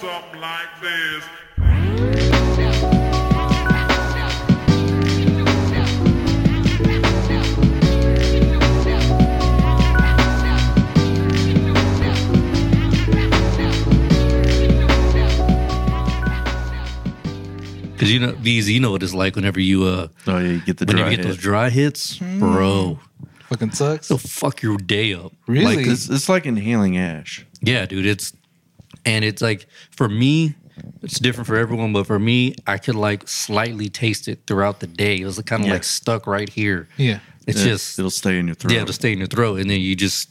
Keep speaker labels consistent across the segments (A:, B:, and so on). A: Something like this.
B: Because you know, these, you know what it's like whenever you uh,
C: Oh yeah, you get the
B: when
C: dry
B: you get
C: hit.
B: those dry hits, bro.
D: Fucking sucks.
B: It'll fuck your day up.
D: Really?
B: Like,
C: it's, it's like inhaling ash.
B: yeah, dude. It's and it's like for me, it's different for everyone, but for me, I could like slightly taste it throughout the day. It was kind of
C: Yeah.
B: like stuck right here.
D: Yeah.
B: It's
C: It-
B: just
C: it'll stay in your throat.
B: yeah, it'll stay in your throat, and then you just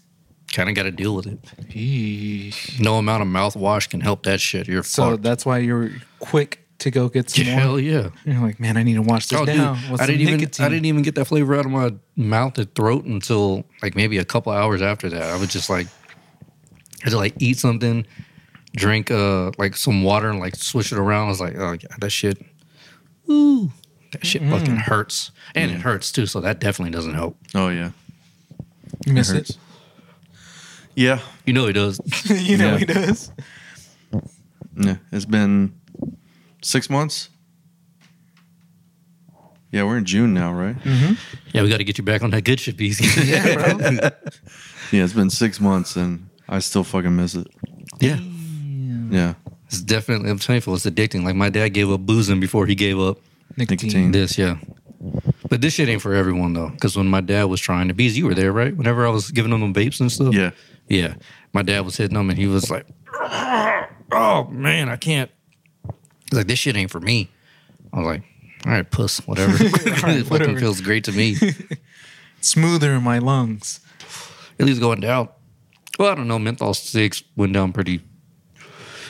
B: kind of got to deal with it.
D: Yeesh.
B: No amount of mouthwash can help that shit. You're
D: So
B: fucked.
D: that's why you're quick to go get some more.
B: Hell yeah.
D: You're like, man, I need to wash this
B: Oh, dude,
D: down. with
B: I
D: some
B: didn't even
D: nicotine."
B: I didn't even get that flavor out of my mouth and throat until like maybe a couple hours after that. I was just like, I had to like eat something, drink uh like some water and like swish it around. I was like, oh god, that shit, ooh, that shit fucking hurts, and
D: Mm.
B: it hurts too. So that definitely doesn't help.
C: Oh yeah,
D: You miss it.
C: hurts. yeah,
B: You know it does.
D: you know
C: Yeah.
D: he does.
C: yeah. It's been six months. Yeah, we're in June now, right?
B: Mm-hmm. yeah, we got to get you back on that good shit, BZ.
D: Yeah, bro.
C: Yeah, it's been six months, and I still fucking miss it.
B: yeah, Mm-hmm.
C: Yeah,
B: it's definitely. I'm telling you, it's addicting. Like my dad gave up boozing before he gave up
D: Nicotine.
C: Nicotine.
B: This, yeah. But this shit ain't for everyone though, because when my dad was trying to, bees, you were there, right? Whenever I was giving him them vapes and stuff.
C: yeah.
B: Yeah. My dad was hitting them, and he was like, "Oh man, I can't." He's like, "This shit ain't for me." I was like, "All right, puss, whatever. it fucking
D: whatever.
B: feels great to me.
D: Smoother in my lungs.
B: At least going down." Well, I don't know. Menthol six went down pretty,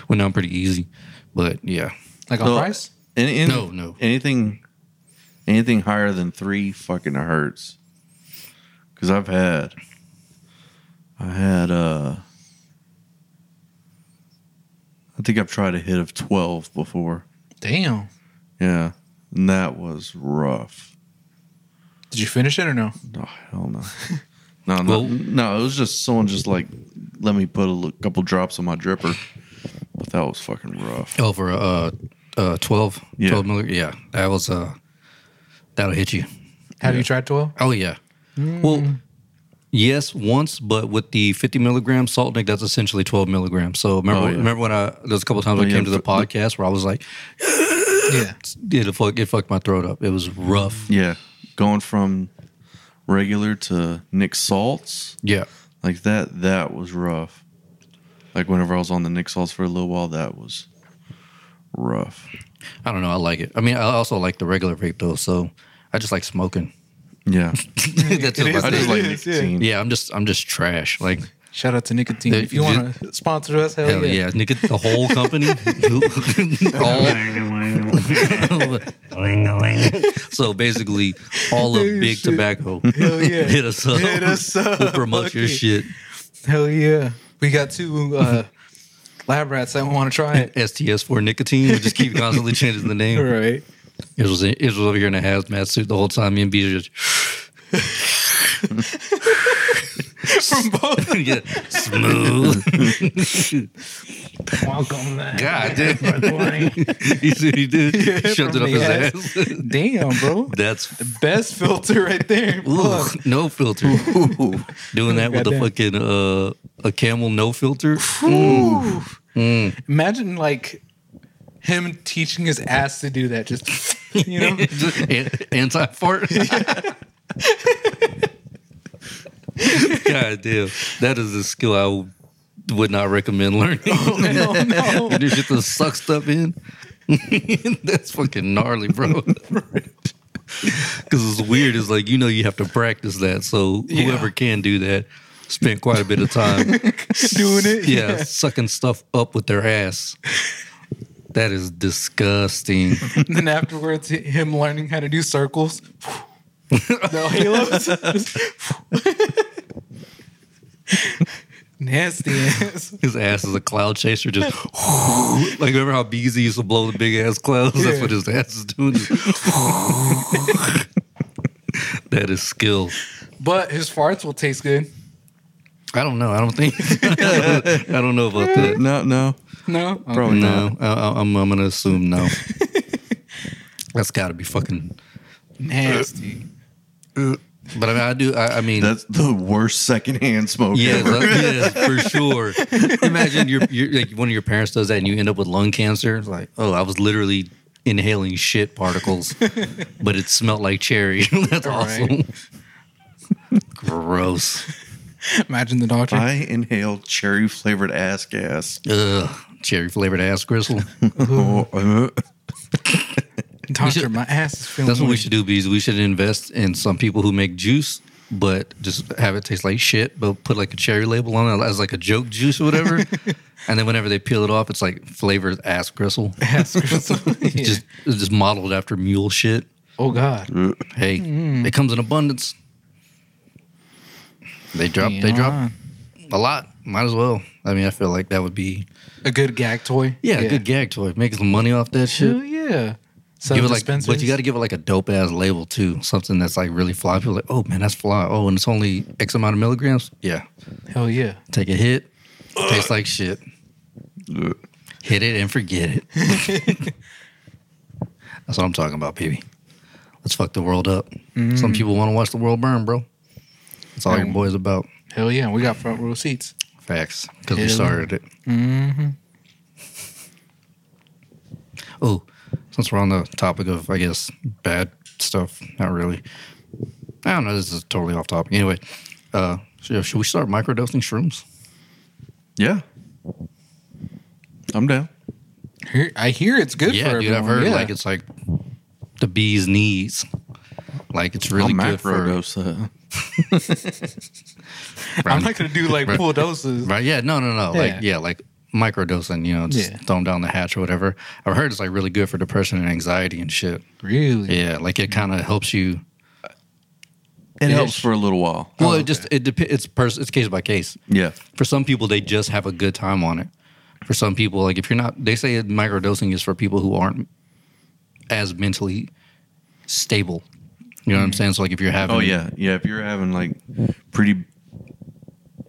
B: went down pretty easy, but yeah,
D: Like on
C: So-
D: price?
C: Any, any-
B: No, no.
C: Anything, anything higher than three fucking hurts. Because I've had, I had, uh, I think I've tried a hit of twelve before.
D: Damn.
C: Yeah, and that was rough.
D: Did you finish it or no?
C: No, hell no. No, no,
B: Well-
C: no, it was just someone just like let me put a li- couple drops on my dripper, but that was fucking rough.
B: over uh, uh 12,
C: Yeah.
B: 12 miller. Yeah, that was uh, that'll hit you.
D: Have you tried 12?
B: Oh yeah. Well, yes, once, but with the fifty milligram salt nick, that's essentially twelve milligrams. So remember,
C: Oh, yeah.
B: remember when I there's a couple times I
C: yeah,
B: came to the
C: f-
B: podcast where I was like,
D: Yeah.
B: it fuck, it fucked my throat up. It was rough.
C: Yeah, going from regular to Nick Salts.
B: Yeah,
C: Like that that was rough. Like whenever I was on the Nick Sauce for a little while, that was rough.
B: I don't know. I like it. I mean, I also like the regular vape though. So I just like smoking.
C: Yeah.
B: that's about
D: It is-
C: I
B: it.
C: just like
D: Yes, yeah.
C: nicotine.
B: yeah, I'm just I'm just trash. Like
D: Shout out to Nicotine.
B: Dude,
D: If you
B: you-
D: want to sponsor us, hell,
B: hell
D: yeah.
B: yeah, nigga, the whole company. all, so basically, all of big tobacco
D: Hell yeah.
B: hit us up.
D: Hit us up.
B: We'll promote your
D: Fuck it.
B: shit.
D: Hell yeah. We got two uh, lab rats that want to try it.
B: STS for nicotine. We just keep constantly changing the name.
D: All right.
B: It was it was over here in a hazmat suit the whole time. Me and B just
D: From both.
B: yeah, smooth.
D: Welcome back.
B: God damn, he said he did. Shoved it
D: from
B: up his
D: the
B: ass.
D: Damn, bro.
B: That's
D: Best filter right there.
B: ooh,
D: Fuck.
B: no filter. Doing that with a
D: Goddamn.
B: fucking uh, a camel no filter.
D: Ooh. Imagine like him teaching his ass to do that. Just you know,
B: Anti fart. God damn, that is a skill I w- would not recommend learning.
D: no, no.
B: You just get to suck stuff in. That's fucking gnarly, bro. Because it's weird. It's like you know you have to practice that. So whoever can do that spent quite a bit of time,
D: doing it.
B: yeah, sucking stuff up with their ass. That is disgusting.
D: And then afterwards, hi- him learning how to do circles. no halos. Just- Nasty ass.
B: His ass is a cloud chaser. Just like remember how BZ used to blow the big ass clouds? That's
D: Yeah.
B: what his ass is doing. that is skill.
D: But his farts will taste good.
B: I don't know. I don't think. I don't know about that.
C: No, no.
D: No, Oh,
C: Bro, no.
B: No, I, I- I'm, I'm gonna assume no. That's got to be fucking.
D: nasty.
B: But I mean, I do. I, I mean,
C: That's the worst secondhand smoke
B: yeah,
C: ever.
B: that- yeah, for sure. Imagine your, your like one of your parents does that, and you end up with lung cancer. It's Like, oh, I was literally inhaling shit particles, but it smelled like cherry. That's
D: All right.
B: awesome. Gross.
D: Imagine the doctor.
C: I inhale cherry flavored ass gas.
B: Ugh, cherry flavored ass gristle.
C: Oh, uh,
D: doctor,
B: should-
D: my ass is feeling.
B: That's what we
D: weird."
B: should do, Bees. We should invest in some people who make juice, but just have it taste like shit, but put like a cherry label on it as like a joke juice or whatever. and then whenever they peel it off, it's like flavored ass gristle.
D: Ass or something. Yeah.
B: Just it's just modeled after mule shit.
D: oh god.
C: uh.
B: Hey, it comes in abundance. They drop they
D: Yeah.
B: drop a lot. Might as well. I mean, I feel like that would be
D: a good gag toy.
B: yeah, a good gag toy. Make some money off that shit.
D: Hell yeah. So
B: Give it like, but you got to give it like a dope ass label too, something that's like really fly. People are like, oh man, that's fly. Oh, and it's only X amount of milligrams. Yeah,
D: Hell yeah.
B: take a hit, tastes like shit. Hit it and forget it. that's what I'm talking about, baby. Let's fuck the world up. Some people want to watch the world burn, bro. That's all your
D: Yeah.
B: boys about.
D: Hell yeah. We got front row seats.
B: Facts, because we
D: Hell.
B: started it. Oh, since we're on the topic of, I guess, bad stuff, not really. I don't know. This is totally off topic. Anyway, uh, so should we start microdosing shrooms?
C: yeah. I'm down.
D: Here- I hear it's good
B: yeah,
D: for
B: dude,
D: everyone.
B: I've heard
D: yeah.
B: like it's like the bee's knees. Like it's really
C: I'll
B: good
C: macro
B: for.
C: dose that.
D: I'm not gonna do like full doses.
B: Right? Yeah. No. No. No.
D: Yeah.
B: Like yeah. Like microdosing. You know, just
D: Yeah.
B: throw 'em down the hatch or whatever. I've heard it's like really good for depression and anxiety and shit.
D: Really?
B: Yeah. Like it kind of helps you.
C: It
D: Ish.
C: helps for a little while.
B: Well,
D: Oh, okay.
B: it just it dep- it's pers- it's case by case.
C: Yeah.
B: For some people, they just have a good time on it. For some people, like if you're not, they say microdosing is for people who aren't as mentally stable. You know what I'm
D: Mm.
B: saying? So like if you're having,
C: Oh yeah, yeah. If you're having like pretty,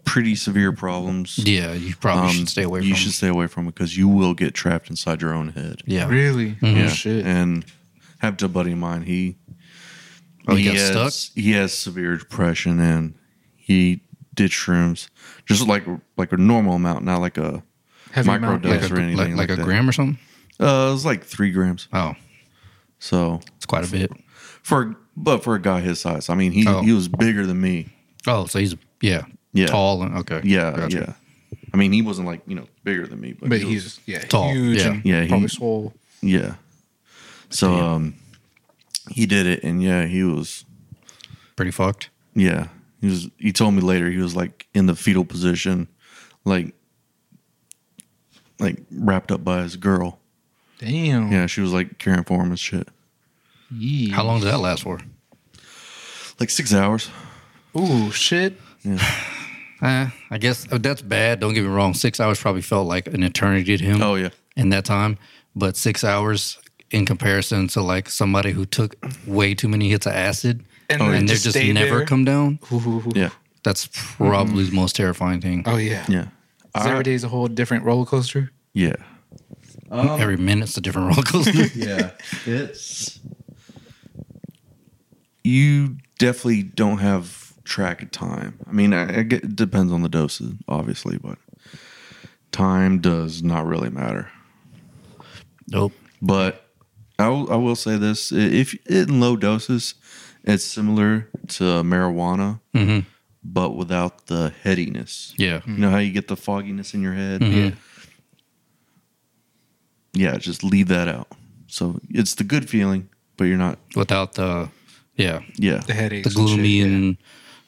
C: pretty severe problems,
B: yeah, you probably
C: um,
B: should stay away.
C: You
B: from
C: should
B: it.
C: stay away from it because you will get trapped inside your own head.
B: yeah.
D: Really?
C: Yeah.
D: Oh shit.
C: And I have a buddy of mine. He
B: Oh, he got
C: has,
B: stuck?
C: He has severe depression and he did shrooms, just like like a normal amount, not like a
D: Heavy
C: micro
D: amount.
C: dose.
B: Like, a,
C: or anything
B: like, like
C: like
B: a
C: that.
B: gram or something.
C: uh, it was like three grams.
B: Oh,
C: So
B: it's quite a bit.
C: for but for a guy his size, I mean he
B: Oh.
C: he was bigger than me.
B: Oh, so he's yeah,
C: Yeah.
B: tall and okay,
C: Yeah,
B: Gotcha.
C: yeah. I mean he wasn't like you know bigger than me, but,
D: But
C: he was-
D: he's yeah
B: Tall,
D: huge
B: yeah.
D: and
C: Yeah, he-
D: probably swole.
C: Yeah. So um he did it and yeah, he was
B: pretty fucked.
C: yeah. He was he told me later he was like in the fetal position, like like wrapped up by his girl.
D: Damn.
C: Yeah, she was like caring for him and shit.
D: Yee.
B: How long did that last for?
C: Like six hours.
D: Ooh shit.
B: Eh, I guess oh, that's bad. Don't get me wrong. Six hours probably felt like an eternity to him.
C: Oh yeah.
B: in that time, but six hours in comparison to like somebody who took way too many hits of acid
D: And
B: and,
D: then
B: they're
D: just
B: just
D: stayed
B: never
D: there?
B: come down.
D: Ooh.
C: Yeah.
B: That's probably the most terrifying thing.
D: Oh yeah.
C: Yeah.
D: Is every day's a whole different roller coaster.
C: Yeah.
D: Um,
B: Every minute's a different roller coaster.
C: Yeah. it's you definitely don't have track of time. I mean, I, I get, it depends on the doses, obviously, but time does not really matter.
B: nope.
C: But I will, I will say this: i- if in low doses, it's similar to marijuana,
B: Mhm.
C: but without the headiness.
B: Yeah.
C: You know how you get the fogginess in your head?
B: Mhm.
C: Yeah. Yeah, just leave that out. So it's the good feeling, but you're not.
B: Without the, yeah,
C: Yeah.
D: The headaches.
B: the gloomy
D: shit, yeah.
B: and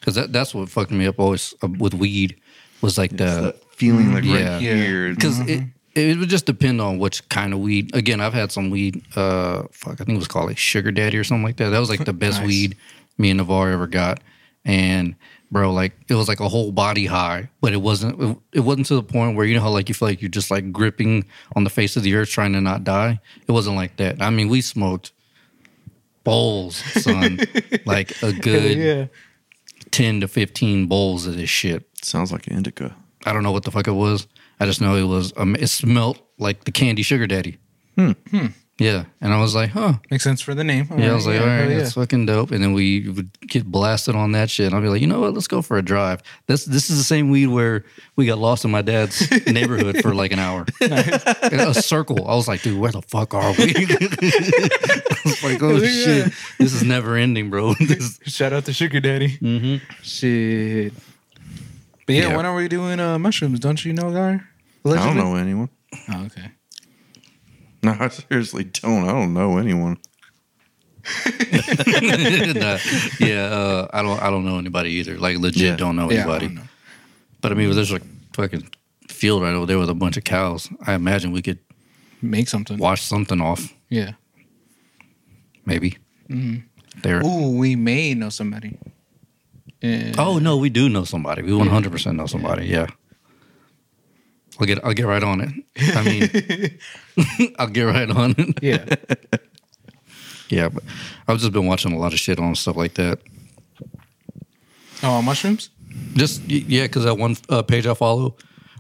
B: because that, that's what fucked me up always uh, with weed was like
C: It's
B: the
C: that feeling like
B: yeah.
C: right here.
B: because
D: Mm-hmm.
B: it, it would just depend on which kind of weed. Again, I've had some weed. Uh, fuck, I think it was called like Sugar Daddy or something like that. That was like the best
D: Nice.
B: weed me and Navar ever got. And bro, like it was like a whole body high, but it wasn't. It, it wasn't to the point where you know how like you feel like you're just like gripping on the face of the earth trying to not die. It wasn't like that. I mean, we smoked bowls, son, like a good
D: Yeah.
B: ten to fifteen bowls of this shit.
C: sounds like indica.
B: I don't know what the fuck it was. I just know it was. Um, it smelt like the candy sugar daddy. Yeah, and I was like, huh.
D: Makes sense for the name.
B: Hmm. Yeah, I was like, all right,
D: hell
B: that's fucking dope. And then we would get blasted on that shit. And I'd be like, you know what? Let's go for a drive. This this is the same weed where we got lost in my dad's neighborhood for like an hour. In a circle. I was like, dude, where the fuck are we? I was like, oh
D: Yeah.
B: shit, this is never ending, bro. This-
D: Shout out to Sugar Daddy. Mm-hmm. Shit. But yeah,
B: Yeah.
D: when are we doing uh, mushrooms? Don't you know, guy?
C: I don't know anyone.
D: Oh, okay.
C: No, I seriously don't. I don't know anyone.
B: Nah, yeah, uh, I don't I don't know anybody either. Like legit,
C: Yeah.
B: don't know
D: Yeah, I
B: anybody.
D: don't know.
B: But I mean, there's a fucking field right over there with a bunch of cows. I imagine we could
D: Make something.
B: wash something off,
D: Yeah.
B: maybe. Mm-hmm. There.
D: Ooh, we may know somebody. Yeah.
B: Oh no, we do know somebody. We 100 percent know somebody. Yeah. I'll get I'll get right on it. I mean, I'll get right on it.
D: yeah.
B: Yeah, but I've just been watching a lot of shit on stuff like that.
D: Oh, on mushrooms?
B: Just y- yeah, because that one uh, page I follow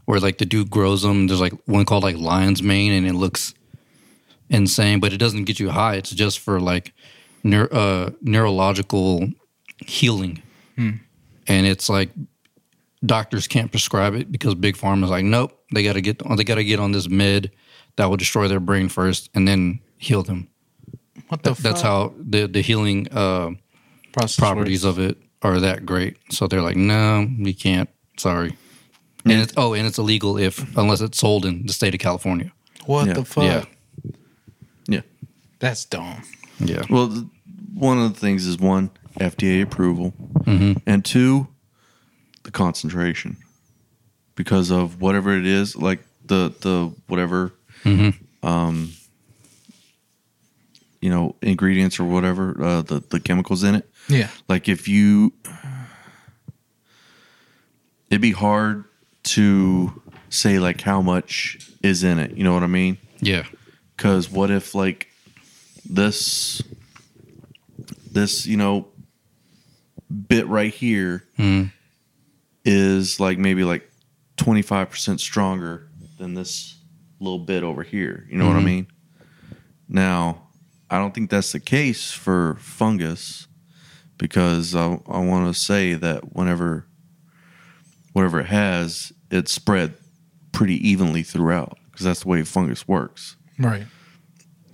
B: where like the dude grows them. There's like one called like lion's mane, and it looks insane, but it doesn't get you high. It's just for like neur- uh, neurological healing,
D: Hmm.
B: and it's like doctors can't prescribe it because big pharma's like, nope, they got to get they got to get on this med that will destroy their brain first, and then heal them.
D: What the?
B: That's
D: fuck?
B: how the the healing. Uh,
D: Process
B: properties of it are that great. So they're like, no, we can't. Sorry. And it's oh, and it's illegal if unless it's sold in the state of California.
D: works. What
C: Yeah.
D: the fuck?
B: Yeah.
C: Yeah.
D: That's dumb.
B: Yeah.
C: Well, th- one of the things is one FDA approval, and two, the concentration, because of whatever it is, like the the whatever, um, you know, ingredients or whatever uh, the the chemicals in it.
D: Yeah.
C: Like if you, it'd be hard to say like how much is in it. You know what I mean?
B: Yeah.
C: Because what if like this, this you know, bit right here is
B: Mm.
C: like maybe like twenty five percent stronger than this little bit over here. You know what I mean? Now, I don't think that's the case for fungus because I I want to say that whenever whatever it has, it's spread pretty evenly throughout because that's the way fungus works
D: Right.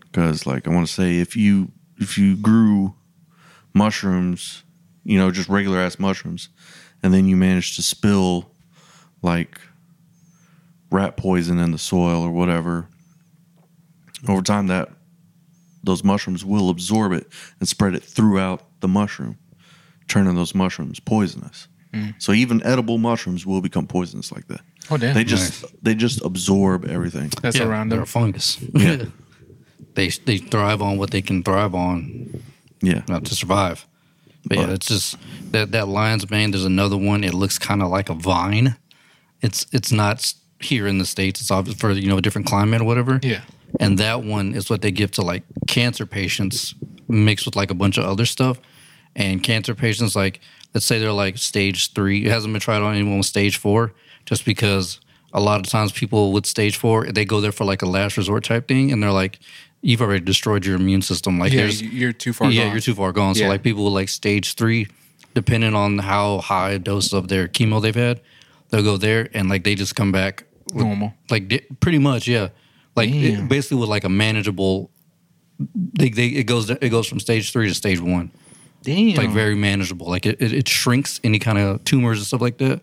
C: because like i want to say if you if you grew mushrooms you know just regular ass mushrooms and then you managed to spill like rat poison in the soil or whatever over time that those mushrooms will absorb it and spread it throughout the mushroom turning those mushrooms poisonous so even edible mushrooms will become poisonous like that
D: Oh damn.
C: they just they just absorb everything
D: That's
B: yeah.
D: around
B: they're
D: them.
B: a fungus.
C: Yeah.
B: they they thrive on what they can thrive on
C: yeah
B: uh, to survive. But yeah,
C: But-
B: it's just that that lion's mane. There's another one. It looks kind of like a vine. It's it's not s- here in the states. It's obvious for you know a different climate or whatever.
D: Yeah.
B: and that one is what they give to like cancer patients mixed with like a bunch of other stuff and cancer patients like let's say they're like stage three it hasn't been tried on anyone with stage four just because a lot of times people with stage four they go there for like a last resort type thing and they're like you've already destroyed your immune system like
D: Yeah.
B: there's
D: you- You're too far.
B: yeah
D: gone.
B: you're too far gone
D: Yeah.
B: so like people with like stage three depending on how high a dose of their chemo they've had they'll go there and like they just come back with
D: normal.
B: like di- pretty much yeah like it-
D: Damn.
B: basically with like a manageable they, they it goes it goes from stage three to stage one
D: Damn.
B: like very manageable like it, it, it shrinks any kind of tumors and stuff like that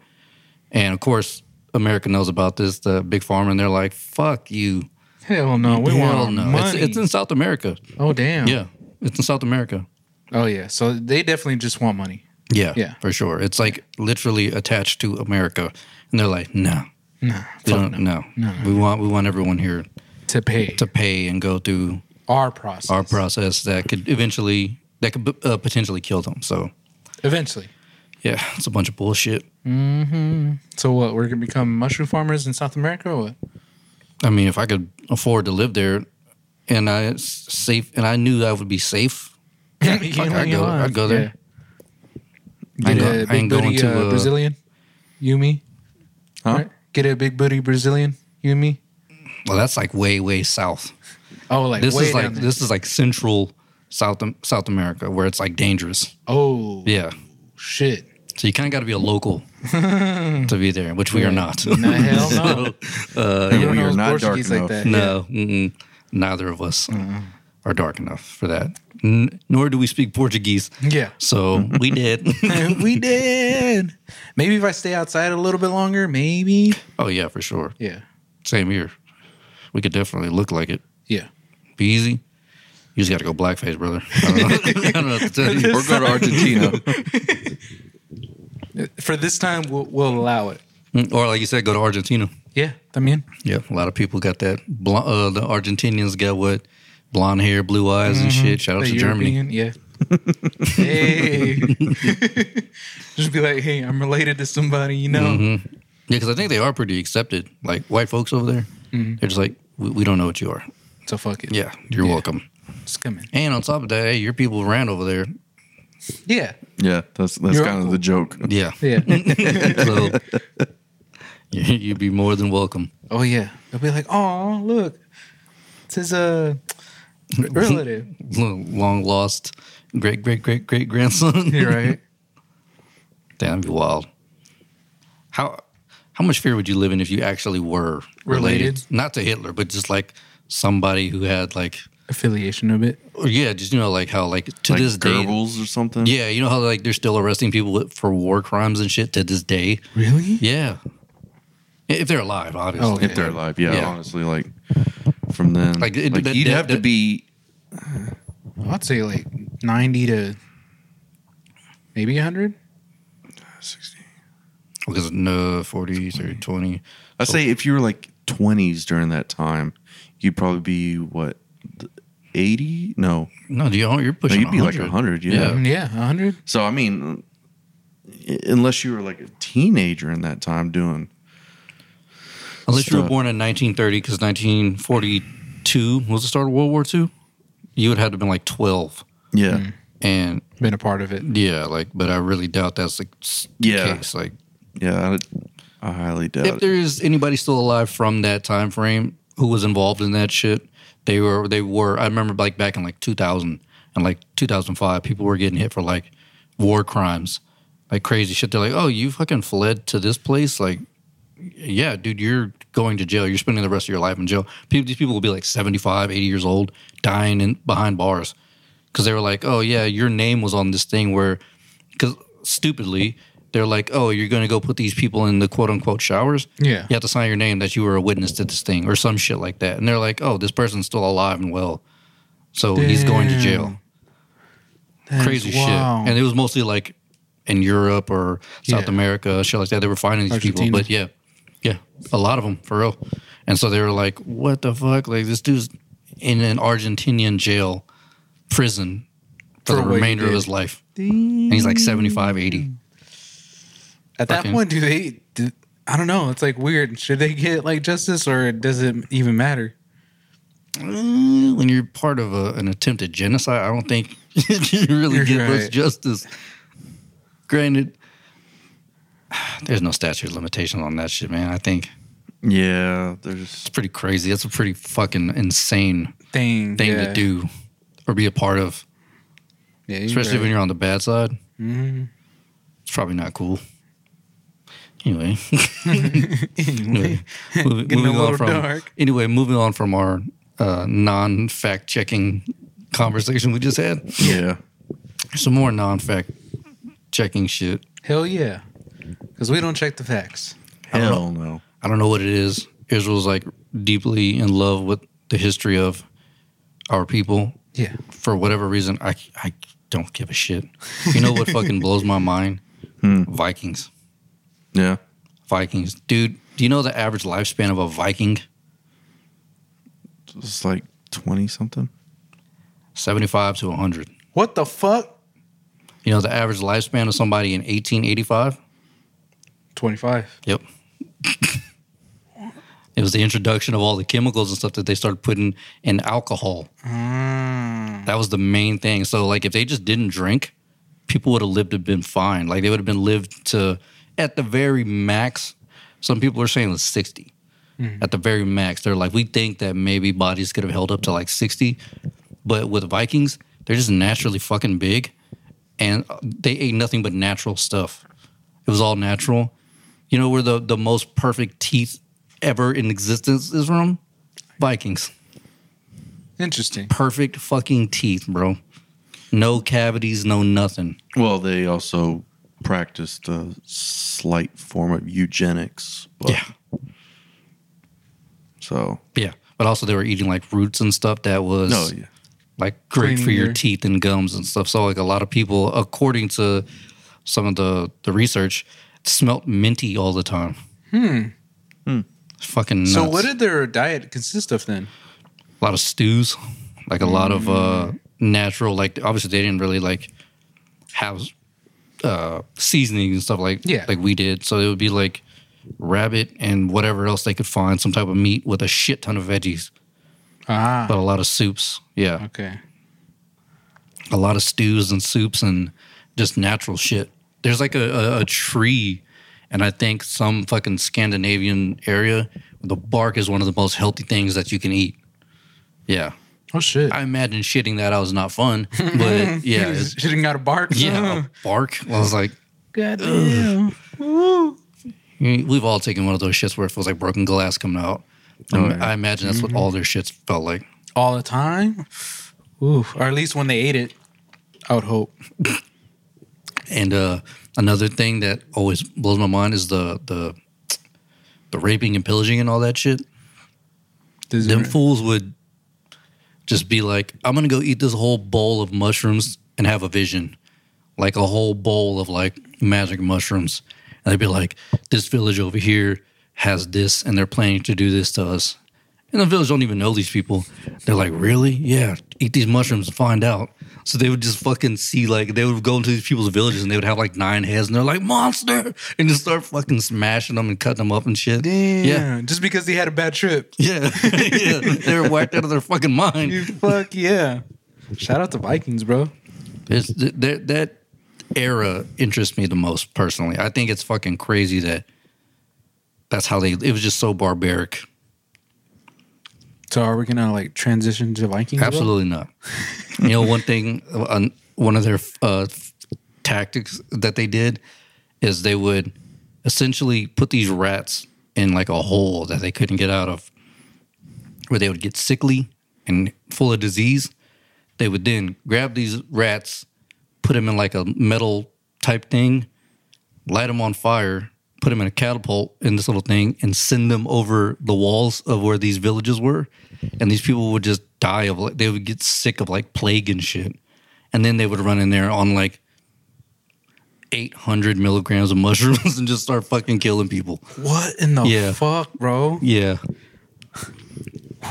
B: and of course america knows about this the big farm and they're like fuck you
D: Hell no. We want
B: Hell
D: our
B: no. It's,
D: money.
B: it's in south america
D: oh damn.
B: yeah it's in south america
D: Oh yeah. So they definitely just want money.
B: yeah
D: Yeah.
B: for sure it's like literally attached to america and they're like no
D: Nah.
B: we
D: Fuck
B: don't
D: no.
B: no. we want we want everyone here
D: To pay
B: to pay and go through
D: our process.
B: our process that could eventually that could uh, potentially kill them. So
D: Eventually.
B: yeah, it's a bunch of bullshit.
D: So what? We're gonna become mushroom farmers in South America or what?
B: I mean, if I could afford to live there, and I s- safe, and I knew I would be safe.
D: You
B: fuck,
D: ain't
B: I'd
D: your
B: go-
D: life.
B: I'd go there.
D: Yeah.
B: I ain't
D: Get
B: go-
D: a
B: I
D: big
B: ain't going
D: booty
B: to,
D: uh,
B: uh,
D: Brazilian. Yumi.
C: huh
D: Right? Get a big booty Brazilian, you and me.
B: Well, that's like way way south.
D: Oh, like
B: This
D: way
B: is like
D: down there.
B: this is like central South Am- South America where it's like dangerous.
D: Oh,
B: Yeah.
D: shit.
B: So you kind of got to be a local to be there, which we are not.
D: Nah, hell no.
B: uh,
C: we
D: Everyone
C: are
D: knows
C: not dark
D: Portuguese
C: enough.
D: like that.
B: no, mm-mm. neither of us are dark enough for that. N- nor do we speak Portuguese.
D: Yeah.
B: So we did.
D: Yeah. we did. Maybe if I stay outside a little bit longer, maybe.
B: oh yeah, for sure.
D: Yeah.
B: Same here. We could definitely look like it.
D: Yeah.
B: Be easy. You just got to go blackface, brother. I don't know, I don't know what to tell you.
C: Or go to Argentina.
D: For this time, we'll, we'll allow it.
B: Or like you said, go to Argentina.
D: Yeah. I mean,
B: Yeah, a lot of people got that. Bl- uh, the Argentinians got what blonde hair, blue eyes, and shit. Shout out
D: the
B: to Germany.
D: European, yeah. hey. Just be like, hey, I'm related to somebody, you know?
B: Mm-hmm. Yeah, because I think they are pretty accepted. Like white folks over there, they're just like, we, we don't know what you are.
D: So fuck it.
B: Mm-hmm. Yeah, you're welcome.
D: Just come in.
B: And on top of that, hey, your people ran over there.
D: Yeah.
C: Yeah, that's that's
D: You're
C: kind of
D: uncle.
C: the joke.
B: Yeah,
D: Yeah.
B: so you- you'd be more than welcome.
D: oh, yeah. They'll be like, oh, look. It's his uh, relative.
B: Long lost great great great great grandson.
D: You're right.
B: Damn, that'd be wild. How how much fear would you live in if you actually were related,
D: Related?
B: not to Hitler, but just like somebody who had like,
D: Affiliation of it.
B: or yeah, just you know like how like to
C: like
B: this day,
C: Goebbels or something.
B: yeah, you know how like they're still arresting people with- for war crimes and shit to this day.
D: Really?
B: Yeah, I- if they're alive, obviously.
D: Oh,
C: if they're alive. Yeah,
B: Yeah.
C: honestly, like from then,
B: Like,
C: like,
B: it- that-
C: you'd
B: that-
C: have to
B: that-
C: be
D: I'd say like 90 to maybe 100.
B: Because no, 40, 30, 20.
C: I say if you were like 20s during that time, you'd probably be what 80? No,
B: No, you- you're
C: no
B: pushing.
C: you'd be like
B: 100.
C: 100. Yeah.
B: Yeah.
D: Yeah, 100.
C: So I mean, unless you were like a teenager in that time doing
B: Unless you were
C: Stuff.
B: born in 1930, because 1942 was the start of World War II, you would have to have been like 12.
C: yeah,
B: Hmm. And
D: Been a part of it.
B: yeah, like, but I really doubt that's the s-
C: Yeah.
B: case. Like,
C: yeah, I, I highly doubt
B: if
C: it.
B: there is anybody still alive from that time frame who was involved in that shit, they were, they were, I remember like back in like 2000 and like 2005, people were getting hit for like war crimes, like crazy shit. They're like, oh, you fucking fled to this place? Like, yeah, dude, you're going to jail. You're spending the rest of your life in jail. People, these people will be like 75, 80 years old, dying in, behind bars. Because they were like, oh, yeah, your name was on this thing where, because stupidly, they're like, oh, you're going to go put these people in the quote unquote showers.
D: Yeah.
B: You have to sign your name that you were a witness to this thing or some shit like that. And they're like, oh, this person's still alive and well. So he's going to jail.
D: That
B: Crazy
D: is wild.
B: shit. And it was mostly like in Europe or South
D: Yeah.
B: America, shit like that. They were finding these people.
D: Argentina.
B: But yeah, yeah, a lot of them for real. And so they were like, what the fuck? Like, this dude's in an Argentinian jail prison for,
D: For
B: the
D: what he
B: remainder of
D: did.
B: his life. And he's like 75, 80.
D: At that
B: Fucking-
D: point, do they? Do, I don't know. It's like weird. Should they get like justice, or does it even matter?
B: Uh, when you're part of a, an attempted genocide, I don't think you really
D: You're
B: get much
D: right.
B: justice. Granted, there's no statute of limitations on that shit, man. I think
C: yeah, there's
B: it's pretty crazy. That's a pretty fucking insane
D: Thing,
B: thing
D: yeah.
B: to do or be a part of,
D: Yeah, you're
B: especially when
D: right.
B: you're on the bad side.
D: Mhm.
B: It's probably not cool. Anyway,
D: Anyway,
B: moving, moving
D: Getting a
B: on
D: little
B: from
D: dark.
B: anyway, moving on from our uh, non-fact checking conversation we just had.
C: yeah,
B: Some more non-fact checking shit.
D: Hell yeah, because we don't check the facts.
C: hell no.
B: I don't know what it is. Israel's like deeply in love with the history of our people
D: Yeah,
B: for whatever reason. I I don't give a shit. You know what fucking blows my mind? Vikings.
C: Yeah,
B: Vikings. Dude, do you know the average lifespan of a Viking?
C: it's like 20 something.
B: 75 to 100.
D: what the fuck?
B: You know the average lifespan of somebody in 1885?
D: Twenty five.
B: Yep. it was the introduction of all the chemicals and stuff that they started putting in alcohol. That was the main thing. So like if they just didn't drink, people would have lived have been fine. Like they would have been lived to at the very max Some people are saying it's 60 at the very max. They're like, we think that maybe bodies could have held up to like 60, but with Vikings, they're just naturally fucking big and uh, they ate nothing but natural stuff. It was all natural. You know where the, the most perfect teeth ever in existence is from? Vikings.
D: Interesting.
B: Perfect fucking teeth, bro. No cavities, no nothing.
C: Well, they also practiced a slight form of eugenics. But, So
B: Yeah. But also they were eating like roots and stuff that was
C: no, yeah.
B: like great for
D: Cleaning
B: your
D: your-
B: teeth and gums and stuff. So like a lot of people, according to some of the the research, smelt minty all the time. Fucking nuts.
D: Hmm. So, what did their diet consist of then?
B: a lot of stews, like a lot of uh
D: Mm.
B: natural. Like obviously they didn't really like have uh seasonings and stuff like
D: Yeah.
B: like we did. So it would be like rabbit and whatever else they could find, some type of meat with a shit ton of veggies,
D: Ah,
B: but a lot of soups. Yeah.
D: okay.
B: a lot of stews and soups and just natural shit. There's like a, a, a tree, and I think some fucking Scandinavian area, the bark is one of the most healthy things that you can eat. Yeah,
D: Oh shit!
B: I imagine shitting that out is not fun, but yeah, it's-
D: shitting out a bark. Oh,
C: Uh-huh.
B: yeah, a bark. I was like,
D: God
B: we've all taken one of those shits where it feels like broken glass coming out.
C: Oh, yeah.
B: I imagine that's what all their shits felt like.
D: All the time. Ooh, or at least when they ate it. I would hope.
B: And uh, another thing that always blows my mind is the the the raping and pillaging and all that shit.
D: Does
B: them
D: it-
B: fools would just be like, I'm gonna go eat this whole bowl of mushrooms and have a vision, like a whole bowl of like magic mushrooms. And they'd be like, this village over here has this, and they're planning to do this to us. And the village don't even know these people. They're like, really? Yeah, eat these mushrooms and find out. So they would just fucking see, like, they would go into these people's villages and they would have like nine heads and they're like, monster! And just start fucking smashing them and cutting them up and shit.
D: Damn.
B: Yeah.
D: Just because he had a bad trip.
B: Yeah, yeah. they were whacked out of their fucking mind.
D: You fuck yeah. Shout out to Vikings, bro.
B: It's, th- that that era interests me the most personally. I think it's fucking crazy that that's how they. It was just so barbaric.
D: So are we gonna like transition to Vikings? bro?
B: Absolutely not. You know, one thing, uh, one of their uh, tactics that they did is they would essentially put these rats in like a hole that they couldn't get out of, where they would get sickly and full of disease. They would then grab these rats, put them in like a metal type thing, light them on fire, put them in a catapult in this little thing, and send them over the walls of where these villages were. And these people would just die of like they would get sick of like plague and shit. And then they would run in there on like 800 milligrams of mushrooms and just start fucking killing people.
D: What in the
B: Yeah.
D: fuck, bro?
B: Yeah.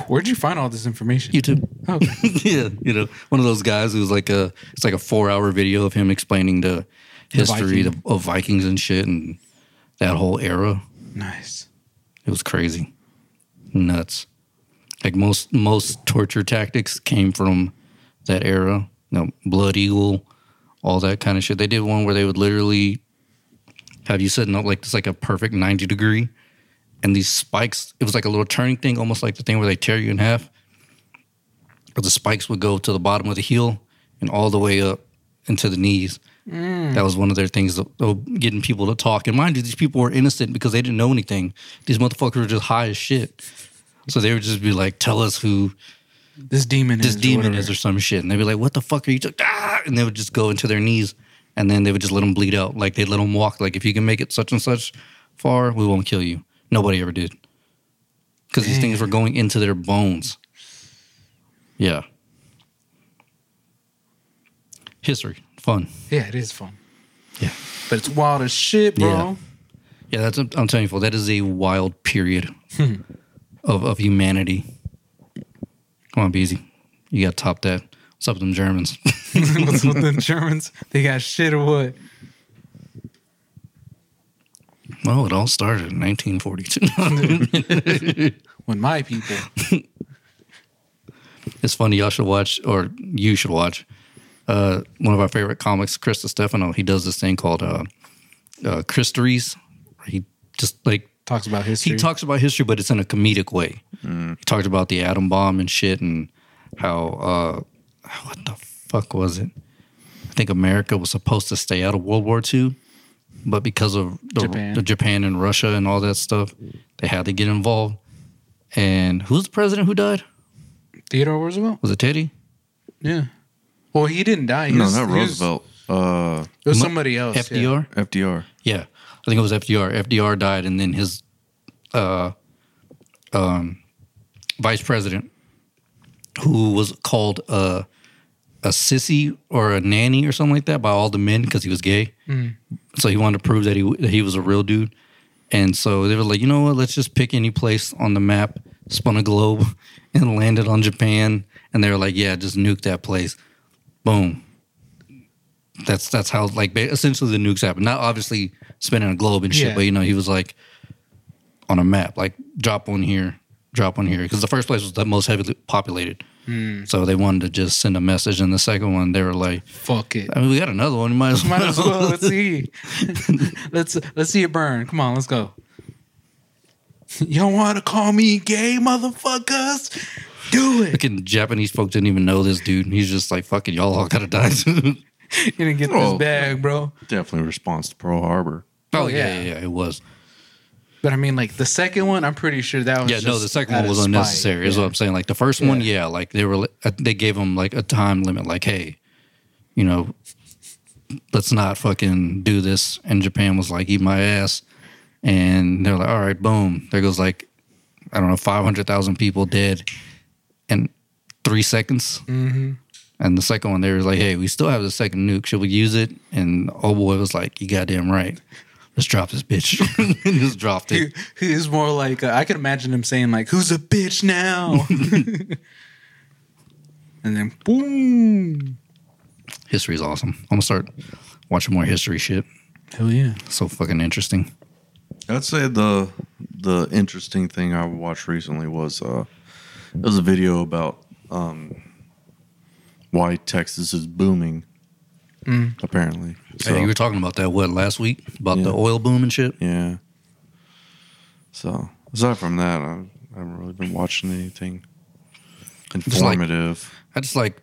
D: Where'd you find all this information?
B: YouTube.
D: Oh,
B: yeah. You know, one of those guys who's like a, it's like a four hour video of him explaining the history
D: Viking.
B: of Vikings and shit and that whole era.
D: nice.
B: It was crazy, nuts. Like most most torture tactics came from that era. You know, Blood Eagle, all that kind of shit. They did one where they would literally have you sitting up like this, like a perfect ninety degree, and these spikes. It was like a little turning thing, almost like the thing where they tear you in half. But the spikes would go to the bottom of the heel and all the way up into the knees. That was one of their things, of- of getting people to talk. And mind you, these people were innocent because they didn't know anything. These motherfuckers were just high as shit. So they would just be like, tell us who
D: This demon
B: this
D: is or
B: demon
D: whatever.
B: is or some shit. And they'd be like, what the fuck are you talking? Ah! And they would just go into their knees and then they would just let them bleed out. Like they'd let them walk. Like if you can make it such and such far, we won't kill you. Nobody ever did. Because these things were going into their bones. Yeah. History. Fun.
D: Yeah, it is fun.
B: Yeah.
D: But it's wild as shit, bro.
B: Yeah, that's I'm telling you, fool, that is a wild period of of humanity. Come on, Beezy. You gotta top that. What's up with them Germans?
D: What's with the Germans? They got shit or what?
B: well, it all started in 1942.
D: With my people.
B: it's funny, y'all should watch, or you should watch, uh, one of our favorite comics, Chris Stefano. He does this thing called uh, uh, Christeries. He just like
D: talks about history.
B: He talks about history, but it's in a comedic way.
D: Mm.
B: He talked about the atom bomb and shit, and how uh, what the fuck was it? I think America was supposed to stay out of World War II, but because of the
D: Japan.
B: the Japan and Russia and all that stuff, they had to get involved. And who's the president who died?
D: Theodore Roosevelt.
B: Was it Teddy?
D: Yeah. Well, he didn't die. He
C: No,
D: was-
C: not
D: he was-
C: Roosevelt. Uh,
D: It was
B: Mo-
D: somebody else. yeah.
B: FDR.
C: FDR.
B: Yeah, I think it was FDR. FDR died, and then his uh, um, vice president, who was called a a sissy or a nanny or something like that by all the men because he was gay. So he wanted to prove that he that he was a real dude, and so they were like, you know what? Let's just pick any place on the map, spun a globe, and landed on Japan. And they were like, yeah, just nuke that place. Boom. That's that's how like ba- essentially the nukes happen. Not obviously spinning a globe and shit,
D: Yeah.
B: but you know he was like on a map, like drop one here, drop one here, because the first place was the most heavily populated.
D: Hmm.
B: So they wanted to just send a message, and the second one they were like,
D: Fuck it.
B: I mean, we got another one. Might as
D: Might as well. Let's see. let's let's see it burn. Come on, let's go. You don't want to call me gay, motherfuckers? Do it.
B: Fucking Japanese folk didn't even know this dude. And he's just like, fucking y'all all gotta die Oh, soon.
D: You didn't get
C: Oh.
D: this bag, bro.
C: Definitely response to Pearl Harbor.
B: oh,
D: Oh,
B: yeah, yeah,
D: yeah.
B: yeah, it was.
D: But I mean, like the second one, I'm pretty sure that was.
B: Yeah, no,
D: just
B: the second
D: out
B: one
D: of
B: was
D: spite.
B: unnecessary, is
D: Yeah.
B: what I'm saying. Like the first one, yeah, like they were, li- uh, they gave him like a time limit, like, hey, you know, let's not fucking do this. And Japan was like, eat my ass. And they're like, all right, boom. There goes like, I don't know, 500,000 people dead in three seconds.
D: Mm-hmm.
B: And the second one, they were like, hey, we still have the second nuke. Should we use it? And oh boy was like, you goddamn right. Let's drop this bitch. and just dropped it.
D: He, he is more like uh, I could imagine him saying like, "Who's a bitch now?" and then boom.
B: History's awesome. I'm gonna start watching more history shit.
D: Hell yeah.
B: It's so fucking interesting.
C: I'd say the the interesting thing I watched recently was uh, it was a video about um, why Texas is booming. Apparently, so,
B: Hey, you were talking about that what last week about the
C: Yeah.
B: oil boom and shit.
C: yeah. So aside from that, I, I haven't really been watching anything
B: like-
C: informative.
B: I just like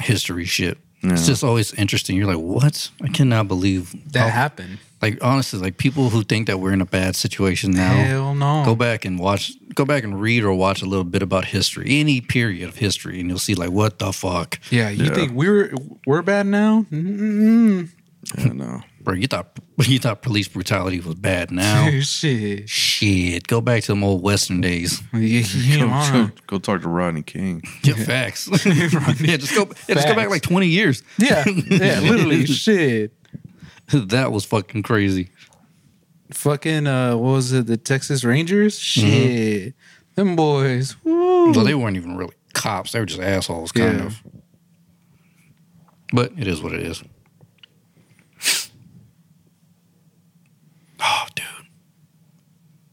B: history shit. It's
C: Yeah.
B: just always interesting. You're like, what? I cannot believe
D: That
B: how-
D: happened.
B: Like honestly, like people who think that we're in a bad situation now.
D: Hell no.
B: Go back and watch. Go back and read or watch a little bit about history, any period of history, and you'll see like what the fuck,
D: Yeah, you
C: Yeah.
D: think we're we're bad now? Mm-mm.
C: yeah, no.
B: bro. You thought you thought police brutality was bad now.
D: Shit.
B: Shit, go back to them old Western days.
D: Yeah, you
C: Go,
D: are.
C: go, go talk to Rodney King.
B: Yeah, facts. yeah, just go. Yeah, just go back
D: Facts.
B: like twenty years.
D: yeah, yeah, literally. Shit.
B: that was fucking crazy.
D: Fucking uh, what was it? The Texas Rangers. Shit. Them boys. Woo.
B: Well, they weren't even really cops; they were just assholes, kind
D: Yeah.
B: of. But it is what it is. Oh, dude.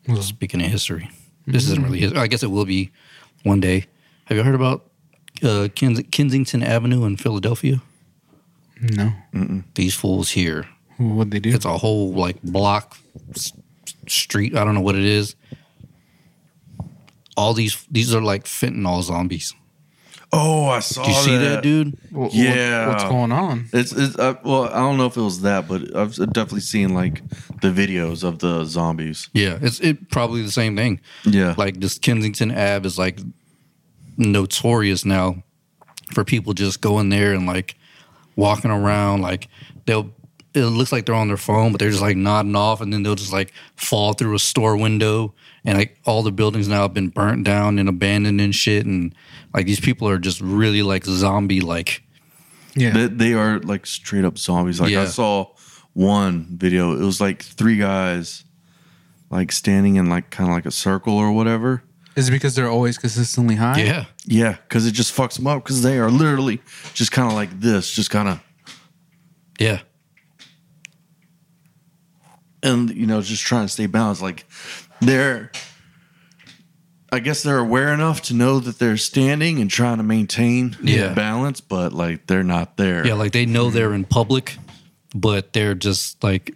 D: Well.
B: Speaking of history, this isn't really history. I guess it will be one day. Have you heard about uh, Kens- Kensington Avenue in Philadelphia?
D: no.
B: These fools here
D: What'd they do?
B: It's a whole like block s- street. I don't know what it is. All these these are like fentanyl zombies.
C: Oh, I saw.
B: Do you see that, dude?
D: Wha- what-
C: Yeah.
D: what's going on?
C: It's, it's uh, well, I don't know if it was that, but I've definitely seen like the videos of the zombies.
B: Yeah, it's it probably the same thing.
C: Yeah, like
B: Like this Kensington Ave is like notorious now for people just going there and like walking around. Like they'll it looks like they're on their phone, but they're just like nodding off, and then they'll just like fall through a store window. And like all the buildings now have been burnt down and abandoned and shit. And like these people are just really like zombie like.
D: Yeah.
C: they, they are like straight up zombies. Like I
B: Yeah.
C: saw one video. It was like three guys, like standing in like kind of like a circle or whatever.
D: Is it because they're always consistently high?
B: Yeah.
C: Yeah, because it just fucks them up. Because they are literally just kind of like this, just kind of,
B: Yeah.
C: and you know, just trying to stay balanced. Like they're, I guess they're aware enough to know that they're standing and trying to maintain
B: Yeah.
C: balance, but like they're not there.
B: Yeah, like they know they're in public, but they're just like,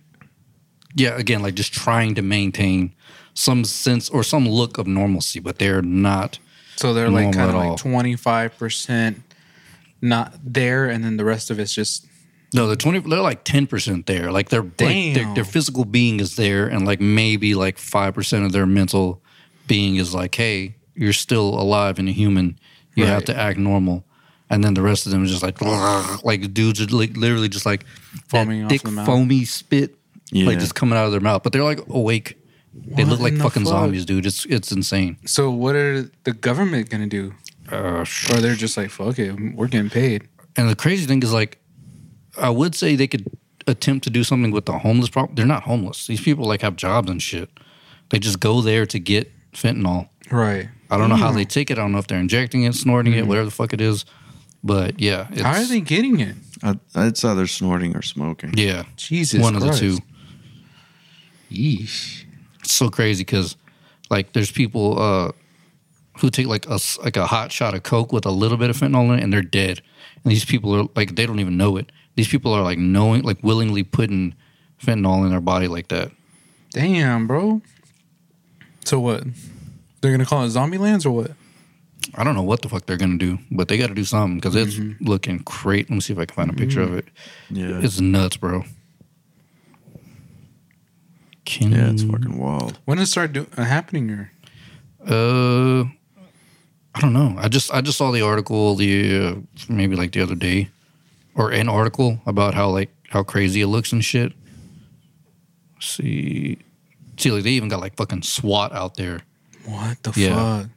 B: yeah, again, like just trying to maintain some sense or some look of normalcy, but they're not.
D: So they're
B: Normal
D: like kind of
B: at
D: like
B: all.
D: twenty five percent not there, and then the rest of it's just
B: No, the twenty. They're like ten percent there. Like their like their,
D: Damn.
B: their physical being is there, and like maybe like five percent of their mental being is like, hey, you're still alive and a human. You have
D: Right.
B: to act normal. And then the rest of them is just like, like dudes are like literally just like that
D: Foaming off
B: thick
D: the mouth.
B: foamy spit,
C: Yeah.
B: like just coming out of their mouth. But they're like awake. They
D: What
B: look like
D: in the
B: fucking
D: fuck?
B: zombies, dude. It's it's insane.
D: So what are the government gonna do? Or they're just like, fuck it, we're getting paid.
B: And the crazy thing is, like, I would say they could attempt to do something with the homeless problem. They're not homeless. These people like have jobs and shit. They just go there to get fentanyl.
D: Right.
B: I don't know how
D: Hmm.
B: they take it. I don't know if they're injecting it, snorting it, whatever the fuck it is. But yeah, it's,
D: How are they getting it?
C: I, it's either snorting or smoking.
B: Yeah,
D: Jesus.
B: one
D: Christ.
B: of the two.
D: Yeesh.
B: It's so crazy because, like, there's people uh, who take like a s- like a hot shot of coke with a little bit of fentanyl in it, and they're dead. And these people are like they don't even know it. These people are like knowing, like willingly putting fentanyl in their body like that.
D: Damn, bro. So what? They're gonna call it Zombie Lands or what?
B: I don't know what the fuck they're gonna do, but they got to do something because it's looking great. Let me see if I can find a picture of it.
C: Mm-hmm. Yeah.
B: It's nuts, bro. Can,
C: yeah, it's fucking wild.
D: When did it start do- uh, happening? Or
B: Uh, I don't know. I just I just saw the article the uh, maybe like the other day, or an article about how like how crazy it looks and shit. see, see, like they even got like fucking SWAT out there.
D: what the
B: Yeah.
D: fuck?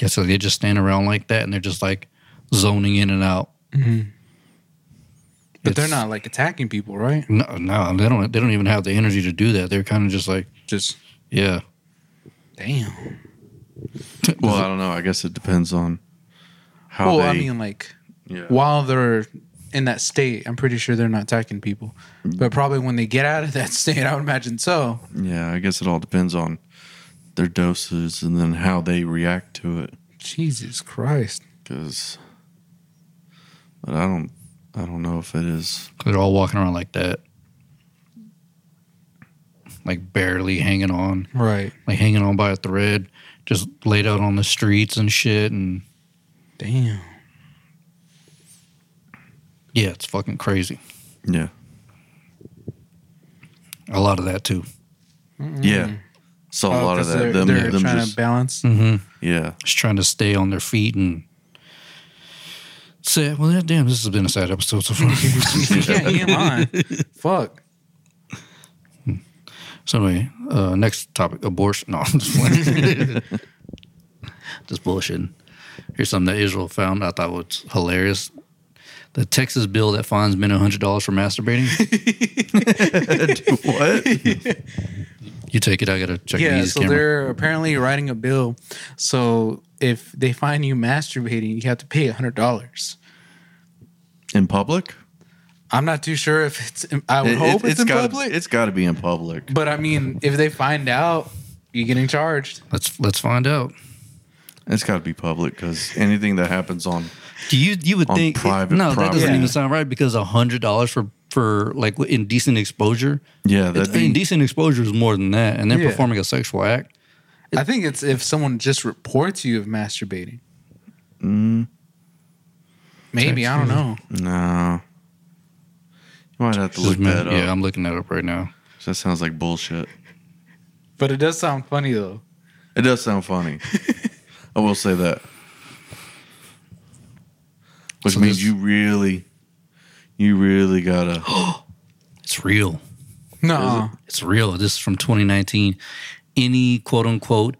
B: Yeah, so they just stand around like that and they're just like zoning in and out.
D: But they're
B: It's-
D: not like attacking people, right?
B: No, no, they don't. They don't even have the energy to do that. They're kind of just like,
D: Just
B: yeah.
D: damn.
C: Well, I don't know. I guess it depends on how
D: well,
C: they.
D: I mean, like
C: yeah.
D: while they're in that state, I'm pretty sure they're not attacking people. But probably when they get out of that state, I would imagine so.
C: yeah, I guess it all depends on their doses and then how they react to it.
D: Jesus Christ.
C: Because, but I don't, I don't know if it is.
B: They're all walking around like that, like barely hanging on,
D: Right.
B: like hanging on by a thread, just laid out on the streets and shit. And
D: Damn.
B: yeah, it's fucking crazy.
C: Yeah.
B: A lot of that too.
C: Yeah. Saw a
D: Mm. Oh,
C: lot of
D: 'cause
C: that.
D: They're,
C: Them,
D: they're
C: them
D: trying
C: just,
D: to balance.
B: Mm-hmm.
C: yeah.
B: Just trying to stay on their feet and say, well, yeah, damn, this has been a sad episode so far.
D: yeah, yeah, mine. Fuck.
B: So anyway, uh, next topic: abortion. No, I'm just playing. just bullshitting. Here's something that Israel found. I thought was hilarious. The Texas bill that fines men hundred dollars for masturbating.
C: what?
B: you take it. I gotta check
D: Yeah,
B: these
D: so
B: camera.
D: they're apparently writing a bill. So if they find you masturbating, you have to pay $100.
C: In public?
D: I'm not too sure if it's, I would
C: It-
D: hope
C: it-
D: it's, in
C: gotta,
D: public.
C: It's got to be in public.
D: but I mean, if they find out, you're getting charged.
B: Let's let's find out.
C: It's got to be public because anything that happens on
B: Do you you would
C: On
B: think
C: private
B: no? That doesn't
C: property.
B: even sound right because hundred dollars for for like what, indecent exposure.
C: yeah,
B: It's-
C: that'd be,
B: indecent exposure is more than that, and they're
D: Yeah.
B: performing a sexual act.
D: I think it's if someone just reports you of masturbating. Mm. Maybe I don't know.
C: no. You might have to look that up.
B: yeah, I'm looking that up right now.
C: That sounds like bullshit.
D: But it does sound funny though.
C: It does sound funny. I will say that. Which
B: So
C: means
B: this-
C: you really, you really gotta.
B: It's real.
D: No,
B: It's real. This is from 2019. Any quote unquote